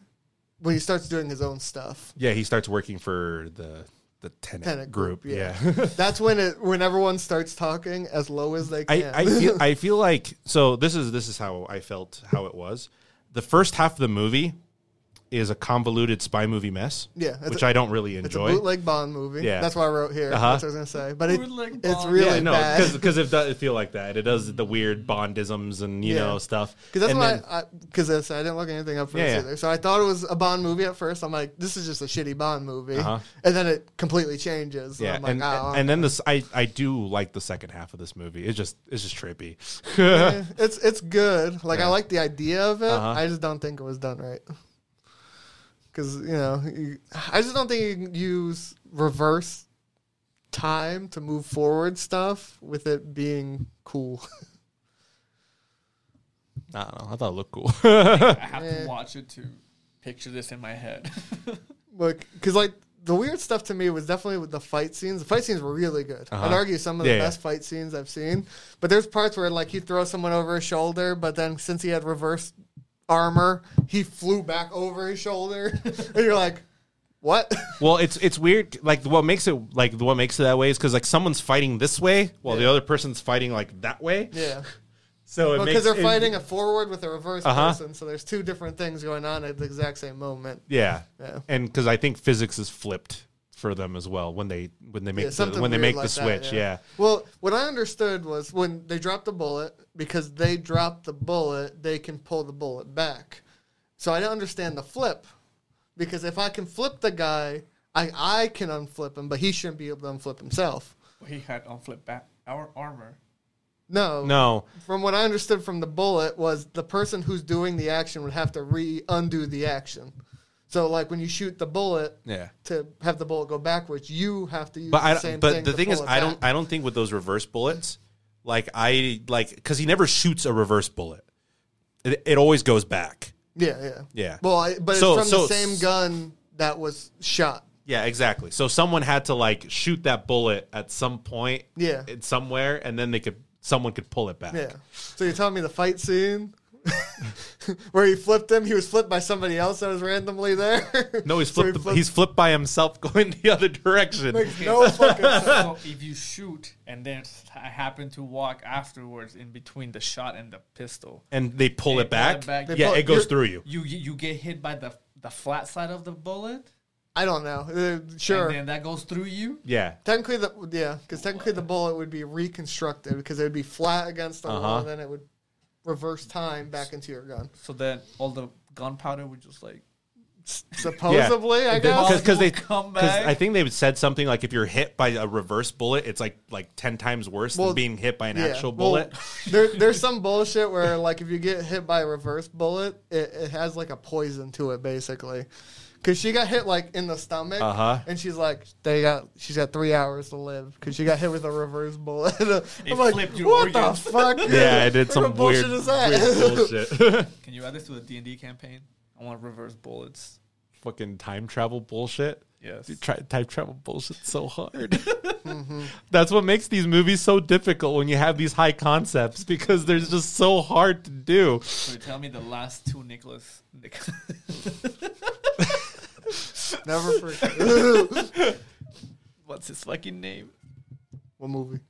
when he starts doing his own stuff.
yeah, he starts working for the the tenant,
Tenant
group.
group,
Yeah.
yeah. That's when it when everyone starts talking as low as they
I,
can.
I feel I feel like so this is this is how I felt how it was. The first half of the movie is a convoluted spy movie mess.
Yeah, it's
which
a-
I I don't really
it's a
enjoy.
bootleg Bond movie.
Yeah.
that's what I wrote here.
Uh-huh.
That's what I was gonna say. But it,
Bootleg
it's
Bond.
really
yeah, no,
bad.
because it does feel like that. It does the weird Bondisms and you
Yeah.
know stuff.
Because that's
and
why
then-
I because I, said I didn't look anything up for
Yeah,
this
yeah.
either. So I thought it was a Bond movie at first. I'm like, this is just a shitty Bond movie,
Uh-huh.
and then it completely changes.
yeah,
Yeah, I'm like,
and,
oh,
and then this I, I do like the second half of this movie. It's just it's just trippy.
eh, it's it's good. Like
Yeah.
I like the idea of it.
Uh-huh.
I just don't think it was done right. Because you know, you, I just don't think you can use reverse time to move forward stuff with it being cool.
I don't know. I thought it looked cool.
I have
Yeah.
to watch it to picture this in my head.
Look, because like the weird stuff to me was definitely with the fight scenes. The fight scenes were really good. I'd
Uh-huh.
argue some of the
Yeah, yeah.
best fight scenes I've seen. But there's parts where like he throws someone over his shoulder, but then since he had reverse armor, he flew back over his shoulder, and you're like, what?
well, it's it's weird. Like what makes it like what makes it that way is because like someone's fighting this way while the
Yeah.
other person's fighting like that way.
yeah,
So it
because
makes
they're
it-
fighting a forward with a reverse
Uh-huh.
person, so there's two different things going on at the exact same moment.
Yeah,
Yeah.
and because I think physics is flipped for them as well when they when they
Yeah,
make the,
something
when they
weird
make the
like that,
switch. yeah.
Well, what I understood was when they dropped the bullet, because they dropped the bullet, they can pull the bullet back. So I don't understand the flip, because if I can flip the guy, I I can unflip him, but he shouldn't be able to unflip himself.
he had on flip back our armor.
No,
No,
From what I understood from the bullet was the person who's doing the action would have to re undo the action. So like when you shoot the bullet.
yeah.
To have the bullet go backwards, you have to use
But
the
I
same
don't- but
thing.
the
to
thing is,
pull it
I
back.
don't I don't think with those reverse bullets, like I like because he never shoots a reverse bullet. It, it always goes back.
Yeah, yeah,
Yeah.
Well, I, but
So-
it's from
so-
the same gun that was shot.
Yeah, exactly. So someone had to like shoot that bullet at some point,
Yeah.
in somewhere, and then they could someone could pull it back.
Yeah. So you're telling me the fight scene where he flipped him, he was flipped by somebody else that was randomly there.
No, he's
So he
flipped. the, He's flipped by himself, going the other direction.
Makes no fucking sense.
so if you shoot and then I happen to walk afterwards in between the shot and the pistol,
and they pull
They
it back.
pull it back. They
Yeah,
pull-
it goes
you're-
through you.
you you you get hit by the the flat side of the bullet.
I don't know. Uh, sure.
And then that goes through you.
Yeah,
technically, the yeah, because technically the bullet would be reconstructed because it would be flat against the wall,
Uh-huh.
and then it would reverse time back into your gun.
So then all the gunpowder would just like
Supposedly, I
They-
guess.
because because they
Come
because
back.
I think they said something like if you're hit by a reverse bullet, it's like like ten times worse
Well,
than being hit by an
Yeah,
actual
well,
bullet.
there, there's some bullshit where like if you get hit by a reverse bullet, it, it has like a poison to it basically. Cause she got hit like in the stomach,
Uh-huh.
and she's like, they got she's got three hours to live because she got hit with a reverse bullet.
It
I'm like,
flipped your
what
organs."
the fuck?
yeah, I
What
did
the
some
bullshit
weird,
is that?
weird bullshit.
Can you add this to the D and D campaign? I want reverse bullets.
Fucking time travel bullshit.
Yes.
Dude, try, time travel bullshit so hard.
Mm-hmm.
That's what makes these movies so difficult when you have these high concepts because they're just so hard to do.
So you tell me the last two Nicholas. Nicholas
Never forget.
What's his fucking name?
what movie?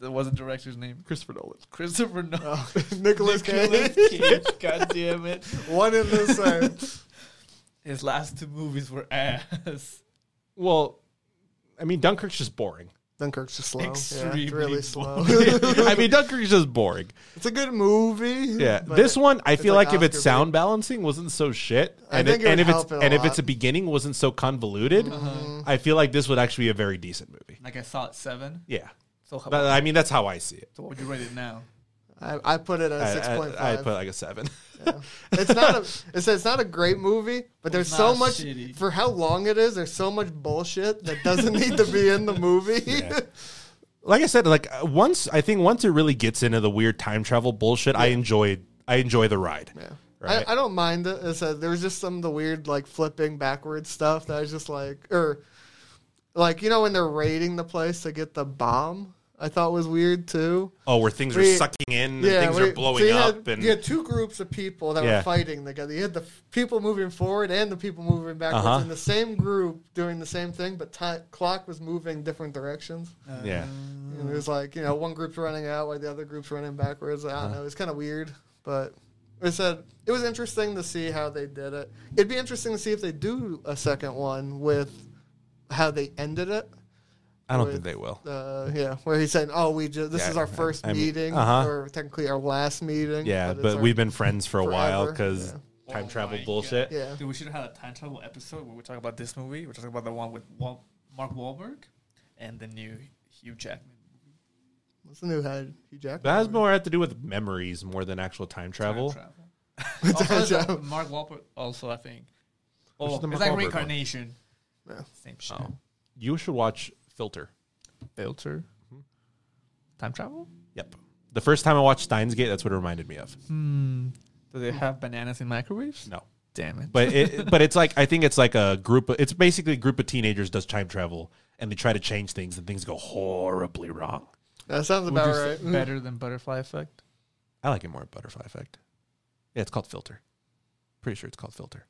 That was the director's name.
Christopher Nolan.
Christopher Nolan.
Oh, Nicholas
Nicolas
Cage.
Cage. God damn it.
One in the same.
His last two movies were ass.
Well, I mean, Dunkirk's just boring.
Dunkirk's just slow. Yeah, it's
Extremely
really slow.
slow.
I mean, Dunkirk's just boring.
it's a good movie.
Yeah,
but
this one I
it's
feel
like
like, if its
Oscar
sound balancing wasn't so shit,
I
and,
think it
and
would
if it's
help it a
and if
lot. Mm-hmm.
it's a beginning wasn't so convoluted, I feel like this would actually be a very decent movie.
Like I saw at seven.
Yeah,
So
Oh.
how
uh,
But, I mean that's how I see it.
so what would you rate it now?
I, I put it
I,
at six point
I, I
five.
put like a seven.
it's not a it's, it's not a great movie, but there's so
not
much
shitty.
for how long it is. There's so much bullshit that doesn't need to be in the movie.
Yeah. like I said, like uh, once I think once it really gets into the weird time travel bullshit, I enjoy I enjoy the ride.
Yeah.
Right.
I, I don't mind it. It's a, there was just some of the weird like flipping backwards stuff that I was just like or like you know when they're raiding the place to get the bomb. I thought was weird too.
Oh, where things
We-
are sucking in and things
we-
are blowing
so you
up
Had,
and
you had two groups of people that
Yeah.
were fighting together. You had the f- people moving forward and the people moving backwards
Uh-huh.
in the same group doing the same thing, but ti clock was moving different directions.
yeah.
And it was like you know one group's running out while the other group's running backwards. I don't
Uh-huh.
know. It's kind of weird, but it said it was interesting to see how they did it. It'd be interesting to see if they do a second one with how they ended it.
I don't
Wait.
think they will.
Uh, yeah, where he's saying, "Oh, we just this
Yeah,
is our
I-
first
I mean,
meeting,
uh-huh.
or technically our last meeting."
Yeah,
it's
but
our-
we've been friends for a while
forever,
because
yeah.
time
Oh
travel
my
bullshit.
yeah.
Dude, we should have had a time travel episode where we talk about this movie. We're talking about the one with Wal- Mark Wahlberg and the new Hugh Jackman.
What's the new head? Hugh Jackman.
That has more to do with memories more than actual time travel.
Time travel.
Time
also,
travel.
Mark Wahlberg. Also, I think.
Which
Oh,
is the
it's
Mark
like
Wahlberg one?
reincarnation.
Yeah.
Same shit.
Oh. You should watch Filter.
Filter.
Mm-hmm.
Time travel?
Yep. The first time I watched Steins Gate, that's what it reminded me of.
Hmm. Do they have bananas in microwaves?
No,
Damn it.
but it, but it's like I think it's like a group. Of, it's basically a group of teenagers does time travel and they try to change things and things go horribly wrong.
That sounds
Would you
about
say
right. Mm.
better than butterfly effect?
I like it more. Butterfly Effect. Yeah, it's called Filter. Pretty sure it's called Filter.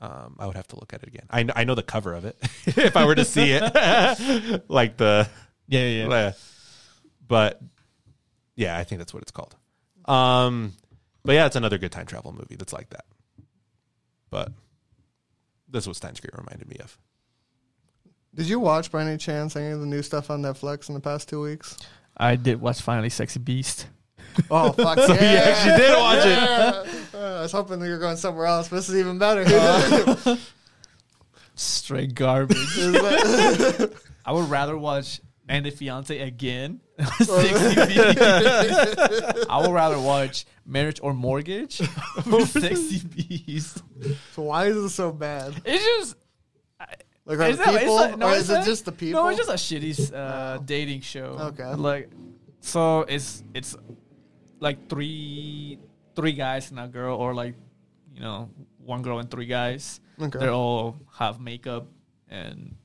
Um, I would have to look at it again. I know, I know the cover of it. if I were to see it, like the
Yeah, yeah.
Uh, but yeah, I think that's what it's called. Um, but yeah, it's another good time travel movie that's like that. But this is what Steins Gate reminded me of.
Did you watch by any chance any of the new stuff on Netflix in the past two weeks?
I did watch finally Sexy Beast.
Oh fuck! so yeah.
You actually did watch it.
Uh, I was hoping that you were going somewhere else, but this is even better.
Uh,
Straight garbage.
Is that-
I would rather watch And the Fiance again.
60 I would rather watch Marriage or Mortgage or Sexy Beast.
so why is it so bad?
It's just
Like are
Is
the
that-
people,
it's not- no,
or
it's
is
not-
it just the people? Oh.
No, it's just a shitty uh, dating show.
Okay.
Like, so it's it's like three three guys and a girl, or like you know one girl and three guys.
Okay.
They all have makeup, and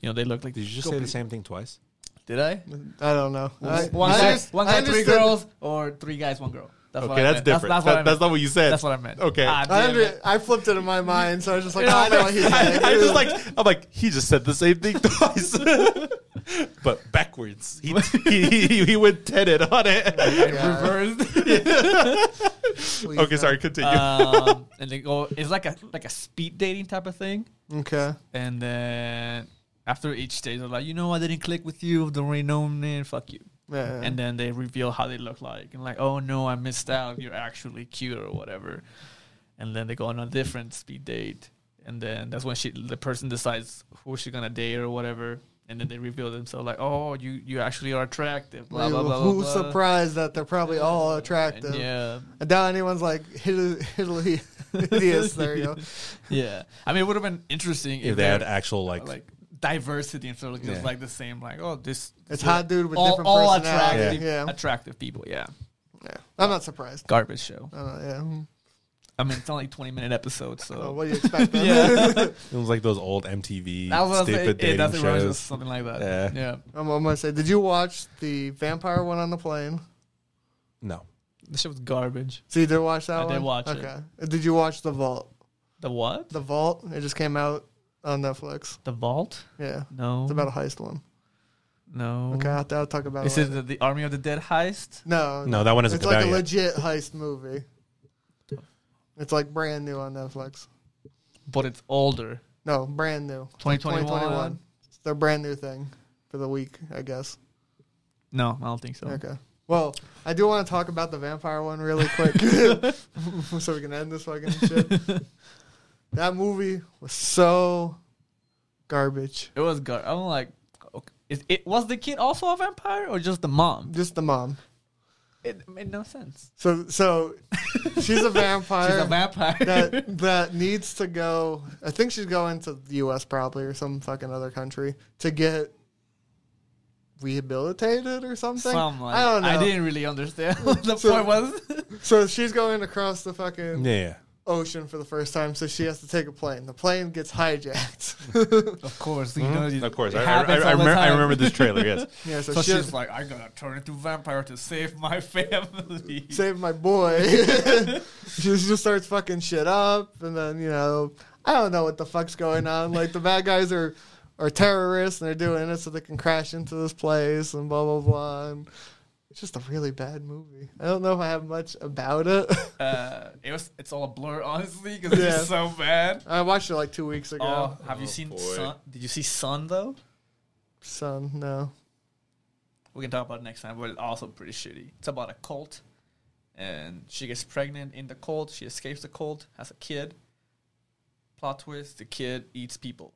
you know they look like.
Did you just say the same thing twice?
Did I?
I don't know. I,
one
I
guy,
just-
one
I
guy three
understood-
girls, or three guys, one girl. That's what
Okay,
I
that's
meant.
different.
That's,
That-
what I meant.
you said.
That's what I meant.
Okay.
Ah,
I,
damn
under,
it.
I flipped it in my mind, so I was just like, oh, I know what he's saying.
I, am just like I'm like he just said the same thing twice, but backwards. He he, he, he went tenet on it.
Yeah.
Reversed.
Please,
Okay,
no.
sorry. Continue.
um, and they go. It's like a like a speed dating type of thing.
Okay.
And then after each stage, they're like, you know, I didn't click with you, don't really know me, fuck you.
Yeah.
And then they reveal how they look like, and like, oh no, I missed out. You're actually cute or whatever. And then they go on a different speed date, and then that's when she, the person decides who she's gonna date or whatever. And then they reveal themselves like, oh, you you actually are attractive. Blah blah blah. blah,
Who's
blah.
surprised that they're probably all attractive?
And yeah,
I doubt anyone's like Italy, Italy, hideous there, you know.
yeah. I mean, it would have been interesting if,
If they had actual like,
like diversity instead of just
Yeah.
like the same like oh this
It's hot dude with
all,
different
all
personality.
attractive
Yeah. Yeah.
attractive people yeah
Yeah. I'm not surprised.
garbage show
I don't know, yeah. Hmm.
I mean it's only 20 minute episodes so
Well, Oh, what do you expect? then?
Oh. yeah
it was like those old MTV
that was
stupid
it, it
dating
doesn't really
shows.
something like that
Yeah.
yeah
I'm, I'm gonna say, did you watch the vampire one on the plane?
No,
the show was garbage
So you did watch that
I
one?
did watch it.
okay. Did you watch The Vault?
the what
The Vault? It just came out on Netflix.
The Vault?
Yeah,
No.
it's about a heist one.
no.
Okay, I'll, I'll talk about
Is
it.
it the, the Army of the Dead heist?
No,
No, that one isn't
It's like a
about yet.
legit heist movie. It's like brand new on Netflix.
But it's older.
No, brand new.
2021.
2021. It's their brand new thing for the week, I guess.
No, I don't think so.
Okay. Well, I do want to talk about the vampire one really quick so we can end this fucking shit. That movie was so garbage.
It was good. I'm like, okay. Is it was the kid also a vampire or just the mom?
Just the mom.
It made no sense.
So so she's a vampire.
She's a vampire.
that that needs to go. I think she's going to the U.S. probably or some fucking other country to get rehabilitated or something.
Some, like,
I don't know.
I didn't really understand what the
So-
point was.
So she's going across the fucking
Yeah, yeah.
ocean for the first time. So she has to take a plane. The plane gets hijacked.
of course, you know. you-
Mm-hmm. Of course,
it
I, I, I,
happens all
I,
the
remember, I
time.
remember this trailer. Yes,
yeah. So,
So
she
she's like, I gotta turn into vampire to save my family.
save my boy. she just starts fucking shit up, and then you know, I don't know what the fuck's going on. Like the bad guys are are terrorists, and they're doing it so they can crash into this place, and blah blah blah. And it's just a really bad movie. I don't know if I have much about it.
Uh, it was. It's all a blur, honestly, because
Yeah.
it's so bad.
I watched it like two weeks ago.
Oh, have
Oh,
you seen
boy.
Sun? Did you see Sun though?
Son, no.
We can talk about it next time, but it's also pretty shitty. It's about a cult, and she gets pregnant in the cult. She escapes the cult, has a kid. Plot twist: the kid eats people.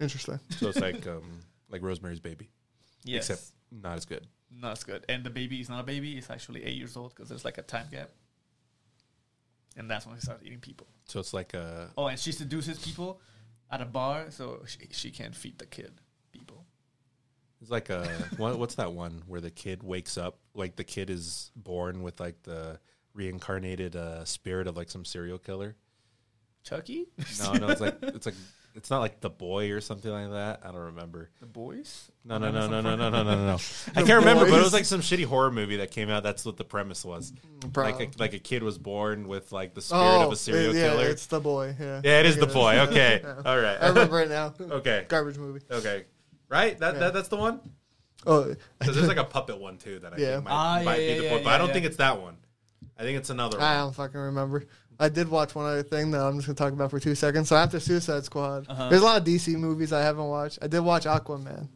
Interesting.
so it's like um, like Rosemary's Baby,
Yes,
except not as good.
no, that's good. And the baby is not a baby; it's actually eight years old because there's like a time gap. And that's when he starts eating people.
So it's like a
Oh, and she seduces people at a bar, so she, she can't feed the kid people.
it's like a what, what's that one where the kid wakes up like the kid is born with like the reincarnated uh, spirit of like some serial killer.
Chucky,
No, no, it's like it's like it's not like the boy or something like that. I don't remember.
the boys.
No, no, no, no, no, no, no, no, no. I can't remember, but it was like some shitty horror movie that came out. That's what the premise was.
Probably.
Like a, like a kid was born with like the spirit
oh,
of a serial
yeah,
killer.
it's the boy. Yeah.
yeah, it is
I
the
get
boy.
Yeah.
Okay,
Yeah.
all
I
right,
remember it now.
okay,
Garbage movie.
okay. Right, that,
Yeah.
that that's the one.
Oh,
Because there's like a puppet one too that I
Yeah.
think might,
Ah, yeah,
might be the
yeah,
boy,
yeah,
but I don't
yeah.
think it's that one. I think it's another
I
one.
don't fucking remember. I did watch one other thing that I'm just gonna talk about for two seconds. So after Suicide Squad,
Uh-huh.
there's a lot of DC movies I haven't watched. I did watch Aquaman.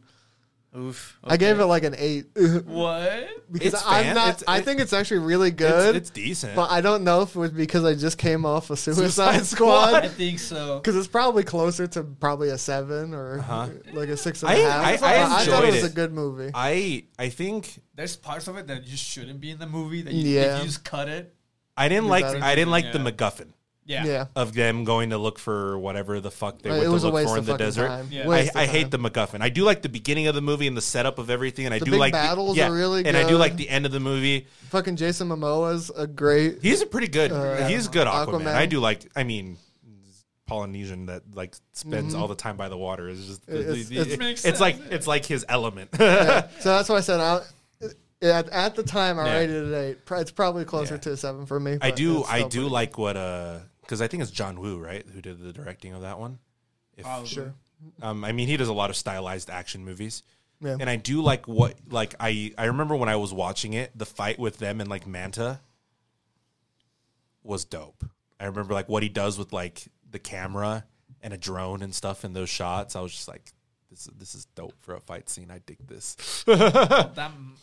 Oof.
I gave it like an eight
what?
because
It's
I'm
fan-
not.
it's-
I
it-
think it's actually really
It's,
good,
it's decent.
but I don't know if it was because I just came off of Suicide Squad.
I think so.
Because it's probably closer to probably a seven or
Uh-huh.
like a six and
I-
a half.
I- I
thought it
enjoyed
was
it.
a good movie.
I I think
There's parts of it that just shouldn't be in the movie that you,
Yeah.
that you just cut it.
I didn't
You
like
got it.
I didn't like the
Yeah.
MacGuffin.
Yeah.
yeah,
of them going to look for whatever the fuck they
Like,
went
it was a
to look
waste
for
of
in the
fucking
desert.
time.
Yeah.
I,
Waste of
I hate
time.
the MacGuffin. I do like the beginning of the movie and the setup of everything, and I
The
do
big
like
battles
the, yeah,
are really
and I do
good.
like the end of the movie.
fucking Jason Momoa's a great.
He's a pretty good.
Uh,
he's good Aquaman.
Aquaman.
I do like. I mean. Polynesian that like spends all the time by the water is just
Mm-hmm. It's-
it-
it's-
Makes
it's like
sense.
it's like his element.
Yeah. so that's why I said I, at, at the time I
Yeah.
rated it eight. Pro- It's probably closer
Yeah.
to a seven for me.
I
but
do
it's
I
still
do like what uh because I think it's John Woo right who did the directing of that one. If,
Probably.
Sure.
um, I mean he does a lot of stylized action movies.
Yeah.
And I do like what like I I remember when I was watching it, the fight with them and like Manta was dope. I remember like what he does with like the camera and a drone and stuff in those shots. I was just like this this is dope for a fight scene. I dig this.
But that m-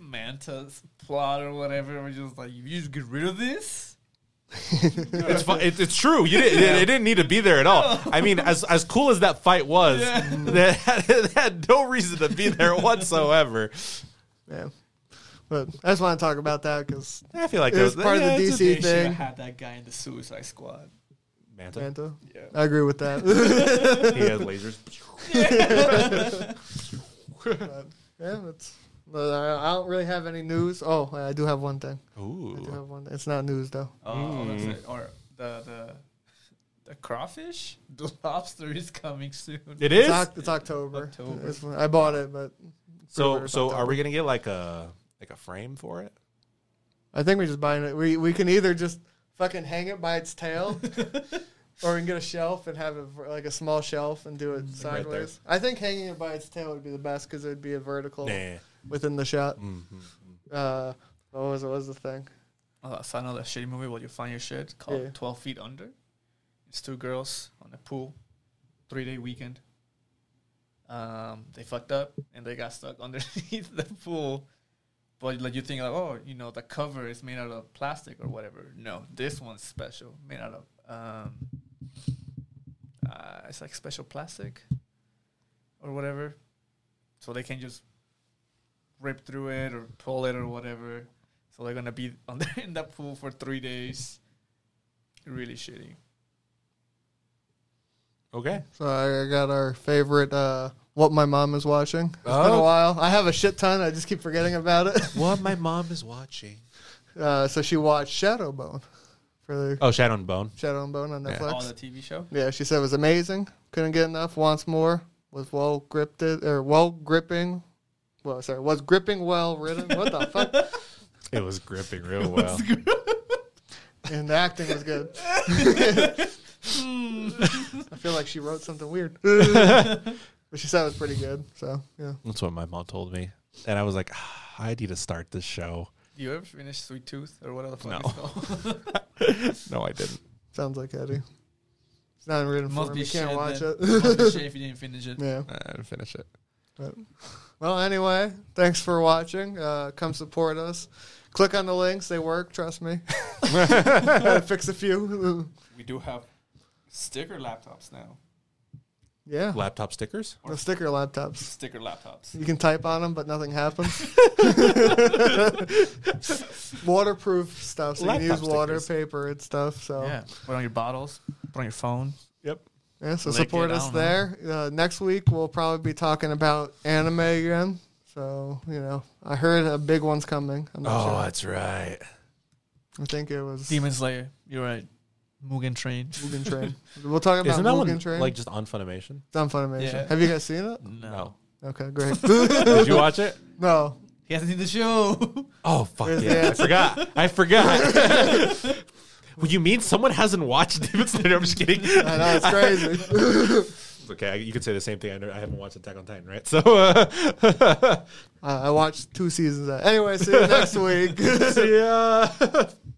manta's plot or whatever was just like, you just get rid of this?
It's fun. It, it's true. You didn't. It, it didn't need to be there at all. I mean, as as cool as that fight was, that had, it had no reason to be there whatsoever.
Yeah. But I just want to talk about that because
I feel like
It
that
was part of the
yeah, it's a-
DC
They should
thing.
have had that guy in the Suicide Squad.
Manta.
Manta.
Yeah.
I agree with that.
He has lasers.
yeah, that's. but I I don't really have any news. Oh, I do have one thing. I do
Ooh.
have one. It's not news though.
Oh, that's it. Or the, the, the crawfish? The lobster is coming soon.
It
It's,
is.
oc- it's October.
October.
It's when- I bought it, but
So
October,
so are
October.
we gonna get like a like a frame for it?
I think we just buying it. We we can either just fucking hang it by its tail Or we can get a shelf and have it ver- like a small shelf and do it
Like Mm, right there.
sideways. I think hanging it by its tail would be the best because it would be a vertical
Nah.
within the shot.
Mhm.
Uh, what was it? What was the thing?
Oh, that's another shitty movie where you find your shit called
Yeah.
12 Feet Under. It's two girls on a pool, three day weekend. Um, they fucked up and they got stuck underneath the pool. But like you think like, oh, you know, the cover is made out of plastic or whatever. No, this one's special, made out of um, uh, it's like special plastic or whatever, so they can just rip through it or pull it or whatever. So they're gonna be on the, in that pool for three days. Really shitty.
Okay.
So I I got our favorite. Uh, what my mom is watching. It's been
Oh.
a while. I have a shit ton. I just keep forgetting about it.
What my mom is watching.
Uh, so she watched Shadowbone for the
Oh, Shadow and Bone.
Shadow and Bone on
Yeah.
Netflix.
On the TV show.
Yeah, she said it was amazing. Couldn't get enough. Wants more. Was well gripped or well gripping. Well, sorry, was gripping well written. What the fuck?
It was gripping real well.
And the acting was good. I feel like she wrote something weird, but she said it was pretty good. So yeah,
That's what my mom told me. And I was like, "Ah, I need to start this show.
Do you ever finish Sweet Tooth or what the fuck?
No.
it's called?
No, I didn't.
sounds like Eddie. It's not in written
Must
form.
be
You can't
shit
watch
then.
it.
Must be shit if you didn't finish it.
yeah.
I didn't finish it.
Well, anyway, thanks for watching. Uh, come support us. Click on the links; they work. Trust me. Gotta fix a few.
We do have sticker laptops now.
yeah,
Laptop stickers?
the sticker laptops.
Sticker laptops.
You can type on them, but nothing happens. Waterproof stuff, so you can
Laptop
use water,
stickers.
paper, and stuff. So yeah,
Yeah. Put on your bottles. Put on your phone.
Yep.
so
Lick
support
it, I
us
don't know.
there. Uh, next week we'll probably be talking about anime again. So you know, I heard a big one's coming. I'm not
Oh,
sure.
that's right.
I think it was
Demon Slayer. You're right. Mugen Train.
Mugen Train. We'll talk about
Isn't that
Mugen
one
Train.
like just on Funimation?
it's on Funimation.
Yeah.
Have you guys seen it?
No.
Okay, great.
Did you watch it?
no,
He hasn't seen the show.
Oh fuck
Where's the
yeah! I
answer?
forgot. I forgot. well, you mean someone hasn't watched Demon Slayer? I'm just kidding.
I know it's crazy.
okay, I- you could say the same thing. I, know, I haven't watched Attack on Titan, right? So uh,
uh, I watched two seasons. Of that. Anyway, see you next week.
see ya.